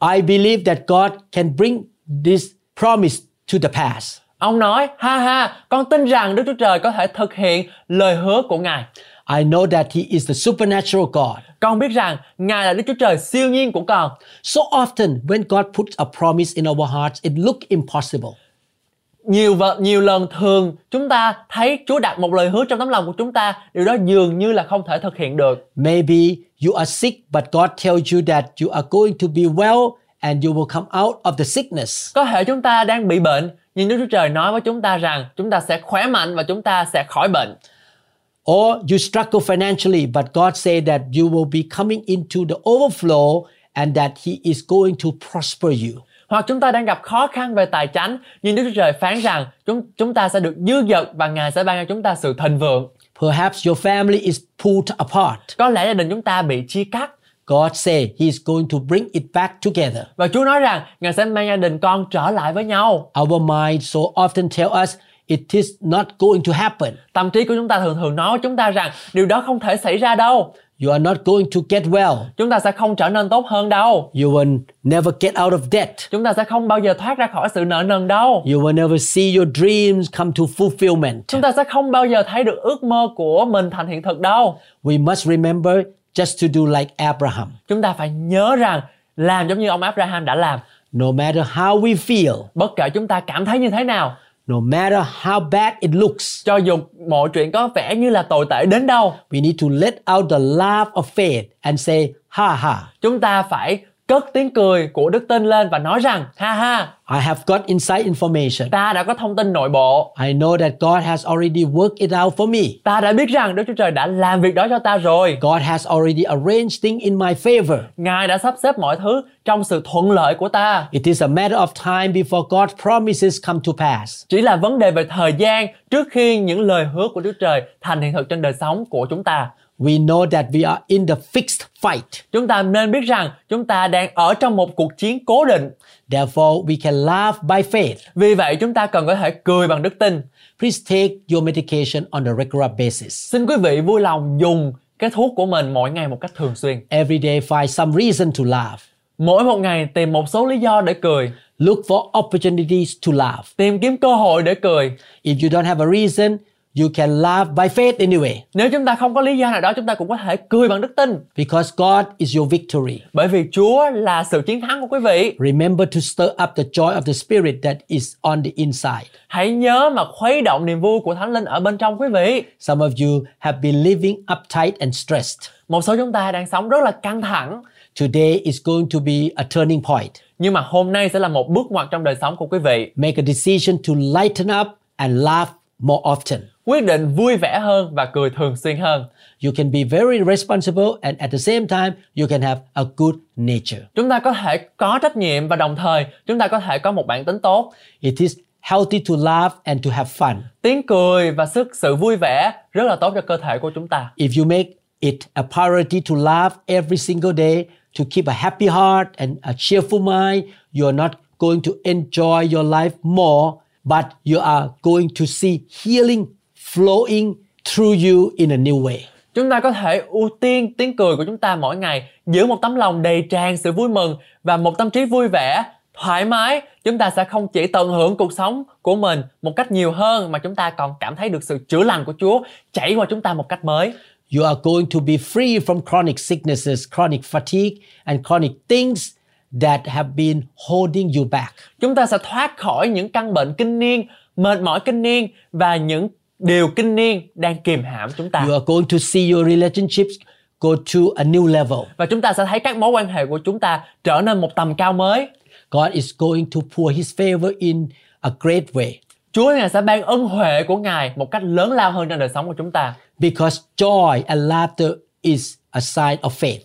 Speaker 3: Ông-
Speaker 2: I believe that God can bring this promise to the pass.
Speaker 3: Ông nói, ha ha, con tin rằng Đức Chúa Trời có thể thực hiện lời hứa của Ngài.
Speaker 2: I know that he is the supernatural God.
Speaker 3: Con biết rằng Ngài là Đức Chúa Trời siêu nhiên của con.
Speaker 2: So often, when God puts a promise in our hearts, it looks impossible.
Speaker 3: Nhiều vợ nhiều lần thường chúng ta thấy Chúa đặt một lời hứa trong tấm lòng của chúng ta, điều đó dường như là không thể thực hiện được.
Speaker 2: Maybe you are sick, but God tells you that you are going to be well and you will come out of the sickness.
Speaker 3: Có thể chúng ta đang bị bệnh, nhưng Đức Chúa Trời nói với chúng ta rằng chúng ta sẽ khỏe mạnh và chúng ta sẽ khỏi bệnh.
Speaker 2: Or you struggle financially, but God says that you will be coming into the overflow and that He is going to prosper you.
Speaker 3: Hoặc chúng ta đang gặp khó khăn về tài chánh, nhưng Đức Chúa Trời phán rằng chúng chúng ta sẽ được dư dật và Ngài sẽ ban cho chúng ta sự thịnh vượng.
Speaker 2: Perhaps your family is pulled apart.
Speaker 3: Có lẽ gia đình chúng ta bị chia cắt
Speaker 2: God says He is going to bring it back together.
Speaker 3: Và Chúa nói rằng Ngài sẽ mang gia đình con trở lại với nhau.
Speaker 2: Our mind so often tell us it is not going to happen.
Speaker 3: Tâm trí của chúng ta thường thường nói với chúng ta rằng điều đó không thể xảy ra đâu.
Speaker 2: You are not going to get well.
Speaker 3: Chúng ta sẽ không trở nên tốt hơn đâu.
Speaker 2: You will never get out of debt.
Speaker 3: Chúng ta sẽ không bao giờ thoát ra khỏi sự nợ nần đâu.
Speaker 2: You will never see your dreams come to fulfillment.
Speaker 3: Chúng ta sẽ không bao giờ thấy được ước mơ của mình thành hiện thực đâu.
Speaker 2: We must remember just to do like Abraham.
Speaker 3: Chúng ta phải nhớ rằng làm giống như ông Abraham đã làm.
Speaker 2: No matter how we feel,
Speaker 3: Bất kể chúng ta cảm thấy như thế nào,
Speaker 2: no matter how bad it looks,
Speaker 3: cho dù mọi chuyện có vẻ như là tồi tệ đến đâu,
Speaker 2: we need to let out the laugh of faith and say, Ha ha,
Speaker 3: chúng ta phải cất tiếng cười của đức tin lên và nói rằng ha ha,
Speaker 2: I have got inside information.
Speaker 3: ta đã có thông tin nội bộ,
Speaker 2: I know that God has already worked it out for me.
Speaker 3: Ta đã biết rằng Đức Chúa Trời đã làm việc đó cho ta rồi.
Speaker 2: God has already arranged things in my favor.
Speaker 3: Ngài đã sắp xếp mọi thứ trong sự thuận lợi của ta.
Speaker 2: It is a matter of time before God's promises come to pass.
Speaker 3: Chỉ là vấn đề về thời gian trước khi những lời hứa của Đức Chúa Trời thành hiện thực trên đời sống của chúng ta.
Speaker 2: We know that we are in the fixed fight.
Speaker 3: Chúng ta nên biết rằng chúng ta đang ở trong một cuộc chiến cố định.
Speaker 2: Therefore, we can laugh by faith.
Speaker 3: Vì vậy chúng ta cần có thể cười bằng đức tin.
Speaker 2: Please take your medication on a regular basis.
Speaker 3: Xin quý vị vui lòng dùng cái thuốc của mình mỗi ngày một cách thường xuyên.
Speaker 2: Every day, find some reason to laugh.
Speaker 3: Mỗi một ngày tìm một số lý do để cười,
Speaker 2: Look for opportunities to laugh.
Speaker 3: tìm kiếm cơ hội để cười.
Speaker 2: If you don't have a reason, you can laugh by faith anyway,
Speaker 3: Nếu chúng ta không có lý do nào đó, chúng ta cũng có thể cười bằng đức tin.
Speaker 2: because God is your victory.
Speaker 3: Bởi vì Chúa là sự chiến thắng của quý vị.
Speaker 2: Remember to stir up the joy of the Spirit that is on the inside.
Speaker 3: Hãy nhớ mà khuấy động niềm vui của Thánh Linh ở bên trong quý vị.
Speaker 2: Some of you have been living uptight and stressed.
Speaker 3: Một số chúng ta đang sống rất là căng thẳng,
Speaker 2: Today is going to be a turning point.
Speaker 3: nhưng mà hôm nay sẽ là một bước ngoặt trong đời sống của quý vị.
Speaker 2: Make a decision to lighten up and laugh more often.
Speaker 3: Quyết định vui vẻ hơn và cười thường xuyên hơn.
Speaker 2: You can be very responsible and at the same time you can have a good nature.
Speaker 3: Chúng ta có thể có trách nhiệm và đồng thời chúng ta có thể có một bản tính tốt.
Speaker 2: It is healthy to laugh and to have fun.
Speaker 3: Tiếng cười và sức sự vui vẻ rất là tốt cho cơ thể của chúng ta.
Speaker 2: If you make it a priority to laugh every single day, to keep a happy heart and a cheerful mind, you are not going to enjoy your life more, but you are going to see healing flowing through you in a new way.
Speaker 3: Chúng ta có thể ưu tiên tiếng cười của chúng ta mỗi ngày, giữ một tấm lòng đầy tràn sự vui mừng và một tâm trí vui vẻ, thoải mái. Chúng ta sẽ không chỉ tận hưởng cuộc sống của mình một cách nhiều hơn mà chúng ta còn cảm thấy được sự chữa lành của Chúa chảy qua chúng ta một cách mới.
Speaker 2: You are going to be free from chronic sicknesses, chronic fatigue, and chronic things that have been holding you back.
Speaker 3: Chúng ta sẽ thoát khỏi những căn bệnh kinh niên, mệt mỏi kinh niên và những điều kinh niên đang kìm hãm chúng ta.
Speaker 2: You are going to see your relationships go to a new level.
Speaker 3: Và chúng ta sẽ thấy các mối quan hệ của chúng ta trở nên một tầm cao mới.
Speaker 2: God is going to pour his favor in a great way
Speaker 3: Chúa Ngài sẽ ban ân huệ của Ngài một cách lớn lao hơn trong đời sống của chúng ta.
Speaker 2: because joy and laughter is a sign of faith.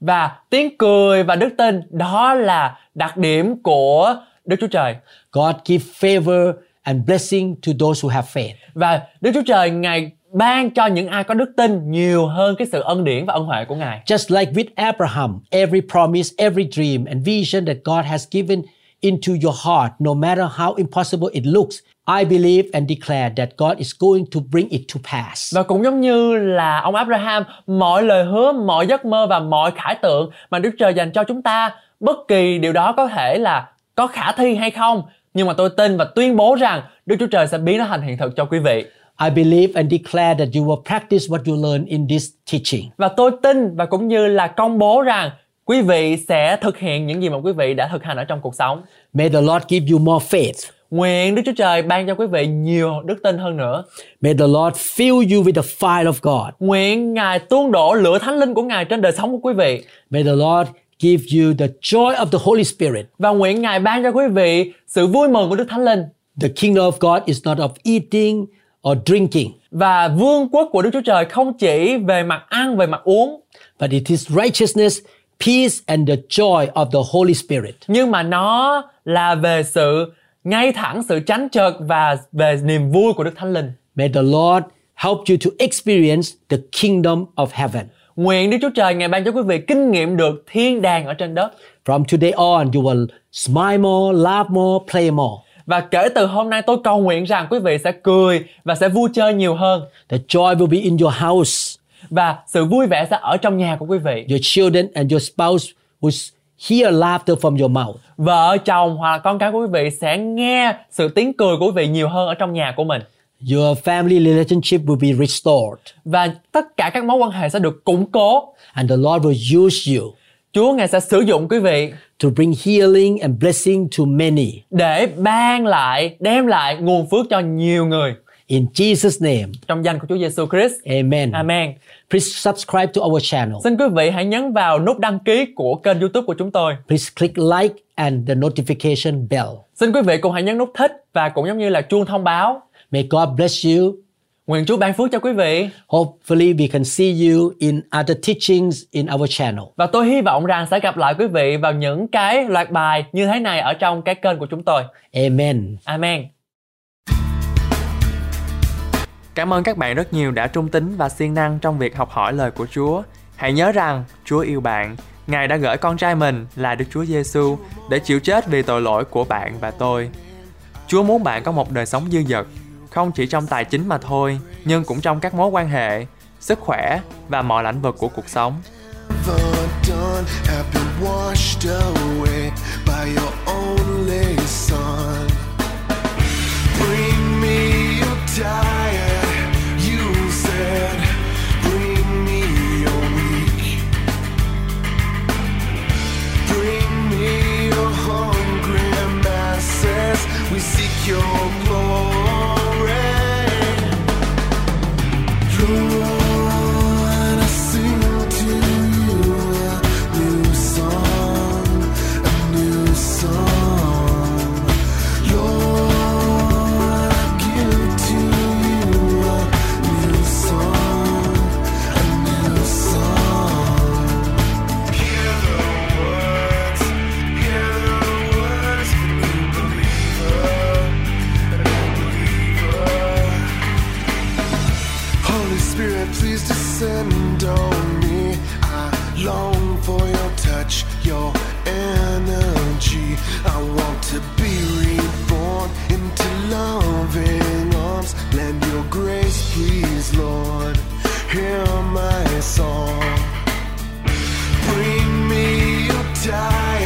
Speaker 3: Và tiếng cười và đức tin đó là đặc điểm của Đức Chúa Trời.
Speaker 2: God give favor and blessing to those who have faith.
Speaker 3: Và Đức Chúa Trời Ngài ban cho những ai có đức tin nhiều hơn cái sự ân điển và ân huệ của Ngài.
Speaker 2: Just like with Abraham, every promise, every dream and vision that God has given into your heart, no matter how impossible it looks, I believe and declare that God is going to bring it to pass.
Speaker 3: Và cũng giống như là ông Abraham, mọi lời hứa, mọi giấc mơ và mọi khải tượng mà Đức Trời dành cho chúng ta, bất kỳ điều đó có thể là có khả thi hay không, nhưng mà tôi tin và tuyên bố rằng Đức Chúa Trời sẽ biến nó thành hiện thực cho quý vị.
Speaker 2: I believe and declare that you will practice what you learn in this teaching.
Speaker 3: Và tôi tin và cũng như là công bố rằng quý vị sẽ thực hiện những gì mà quý vị đã thực hành ở trong cuộc sống.
Speaker 2: May the Lord give you more faith.
Speaker 3: Nguyện Đức Chúa Trời ban cho quý vị nhiều đức tin hơn nữa.
Speaker 2: May the Lord fill you with the fire of God.
Speaker 3: Nguyện Ngài tuôn đổ lửa thánh linh của Ngài trên đời sống của quý vị.
Speaker 2: May the Lord give you the joy of the Holy Spirit.
Speaker 3: Và nguyện Ngài ban cho quý vị sự vui mừng của Đức Thánh Linh.
Speaker 2: The kingdom of God is not of eating or drinking,
Speaker 3: Và vương quốc của Đức Chúa Trời không chỉ về mặt ăn, về mặt uống,
Speaker 2: but it is righteousness, peace, and the joy of the Holy Spirit.
Speaker 3: nhưng mà nó là về sự ngay thẳng, sự tránh trợt và về niềm vui của Đức Thánh Linh.
Speaker 2: May the Lord help you to experience the kingdom of heaven.
Speaker 3: Nguyện Đức Chúa Trời Ngài ban cho quý vị kinh nghiệm được thiên đàng ở trên đất.
Speaker 2: From today on, you will smile more, laugh more, play more.
Speaker 3: Và kể từ hôm nay tôi cầu nguyện rằng quý vị sẽ cười và sẽ vui chơi nhiều hơn.
Speaker 2: The joy will be in your house.
Speaker 3: Và sự vui vẻ sẽ ở trong nhà của quý vị.
Speaker 2: Your children and your spouse will hear laughter from your mouth.
Speaker 3: Vợ, chồng hoặc là con cái của quý vị sẽ nghe sự tiếng cười của quý vị nhiều hơn ở trong nhà của mình.
Speaker 2: Your family relationship will be restored.
Speaker 3: Và tất cả các mối quan hệ sẽ được củng cố.
Speaker 2: And the Lord will use you
Speaker 3: Chúa Ngài sẽ sử dụng quý vị
Speaker 2: to bring healing and blessing to many.
Speaker 3: để ban lại, đem lại nguồn phước cho nhiều người.
Speaker 2: In Jesus' name,
Speaker 3: Trong danh của Chúa Giêsu Christ.
Speaker 2: amen.
Speaker 3: Amen.
Speaker 2: Please subscribe to our channel.
Speaker 3: Xin quý vị hãy nhấn vào nút đăng ký của kênh YouTube của chúng tôi.
Speaker 2: Please click like and the notification bell.
Speaker 3: Xin quý vị cũng hãy nhấn nút thích và cũng giống như là chuông thông báo.
Speaker 2: May God bless you.
Speaker 3: Nguyện Chúa ban phước cho quý vị
Speaker 2: Hopefully, we can see you in other teachings in our channel.
Speaker 3: và tôi hy vọng rằng sẽ gặp lại quý vị vào những cái loạt bài như thế này ở trong cái kênh của chúng tôi.
Speaker 2: Amen.
Speaker 3: Amen. Cảm ơn các bạn rất nhiều đã trung tín và siêng năng trong việc học hỏi lời của Chúa. Hãy nhớ rằng Chúa yêu bạn. Ngài đã gửi con trai mình là Đức Chúa Giêsu để chịu chết vì tội lỗi của bạn và tôi. Chúa muốn bạn có một đời sống dư dật, không chỉ trong tài chính mà thôi, nhưng cũng trong các mối quan hệ, sức khỏe và mọi lĩnh vực của cuộc sống.
Speaker 1: Never done. on have been washed away by your only son. Bring me your diet, you said. Bring me your weak. Bring me your hungry masses. We seek your glory. Lord, I sing to you a new song, a new song. Lord, I give to you a new song, a new song. Hear the words, hear the words, a new believer, a new believer. Holy Spirit, please descend on me. I long for your touch, your energy. I want to be reborn into loving arms. Lend your grace, please, Lord. Hear my song. Bring me your diet.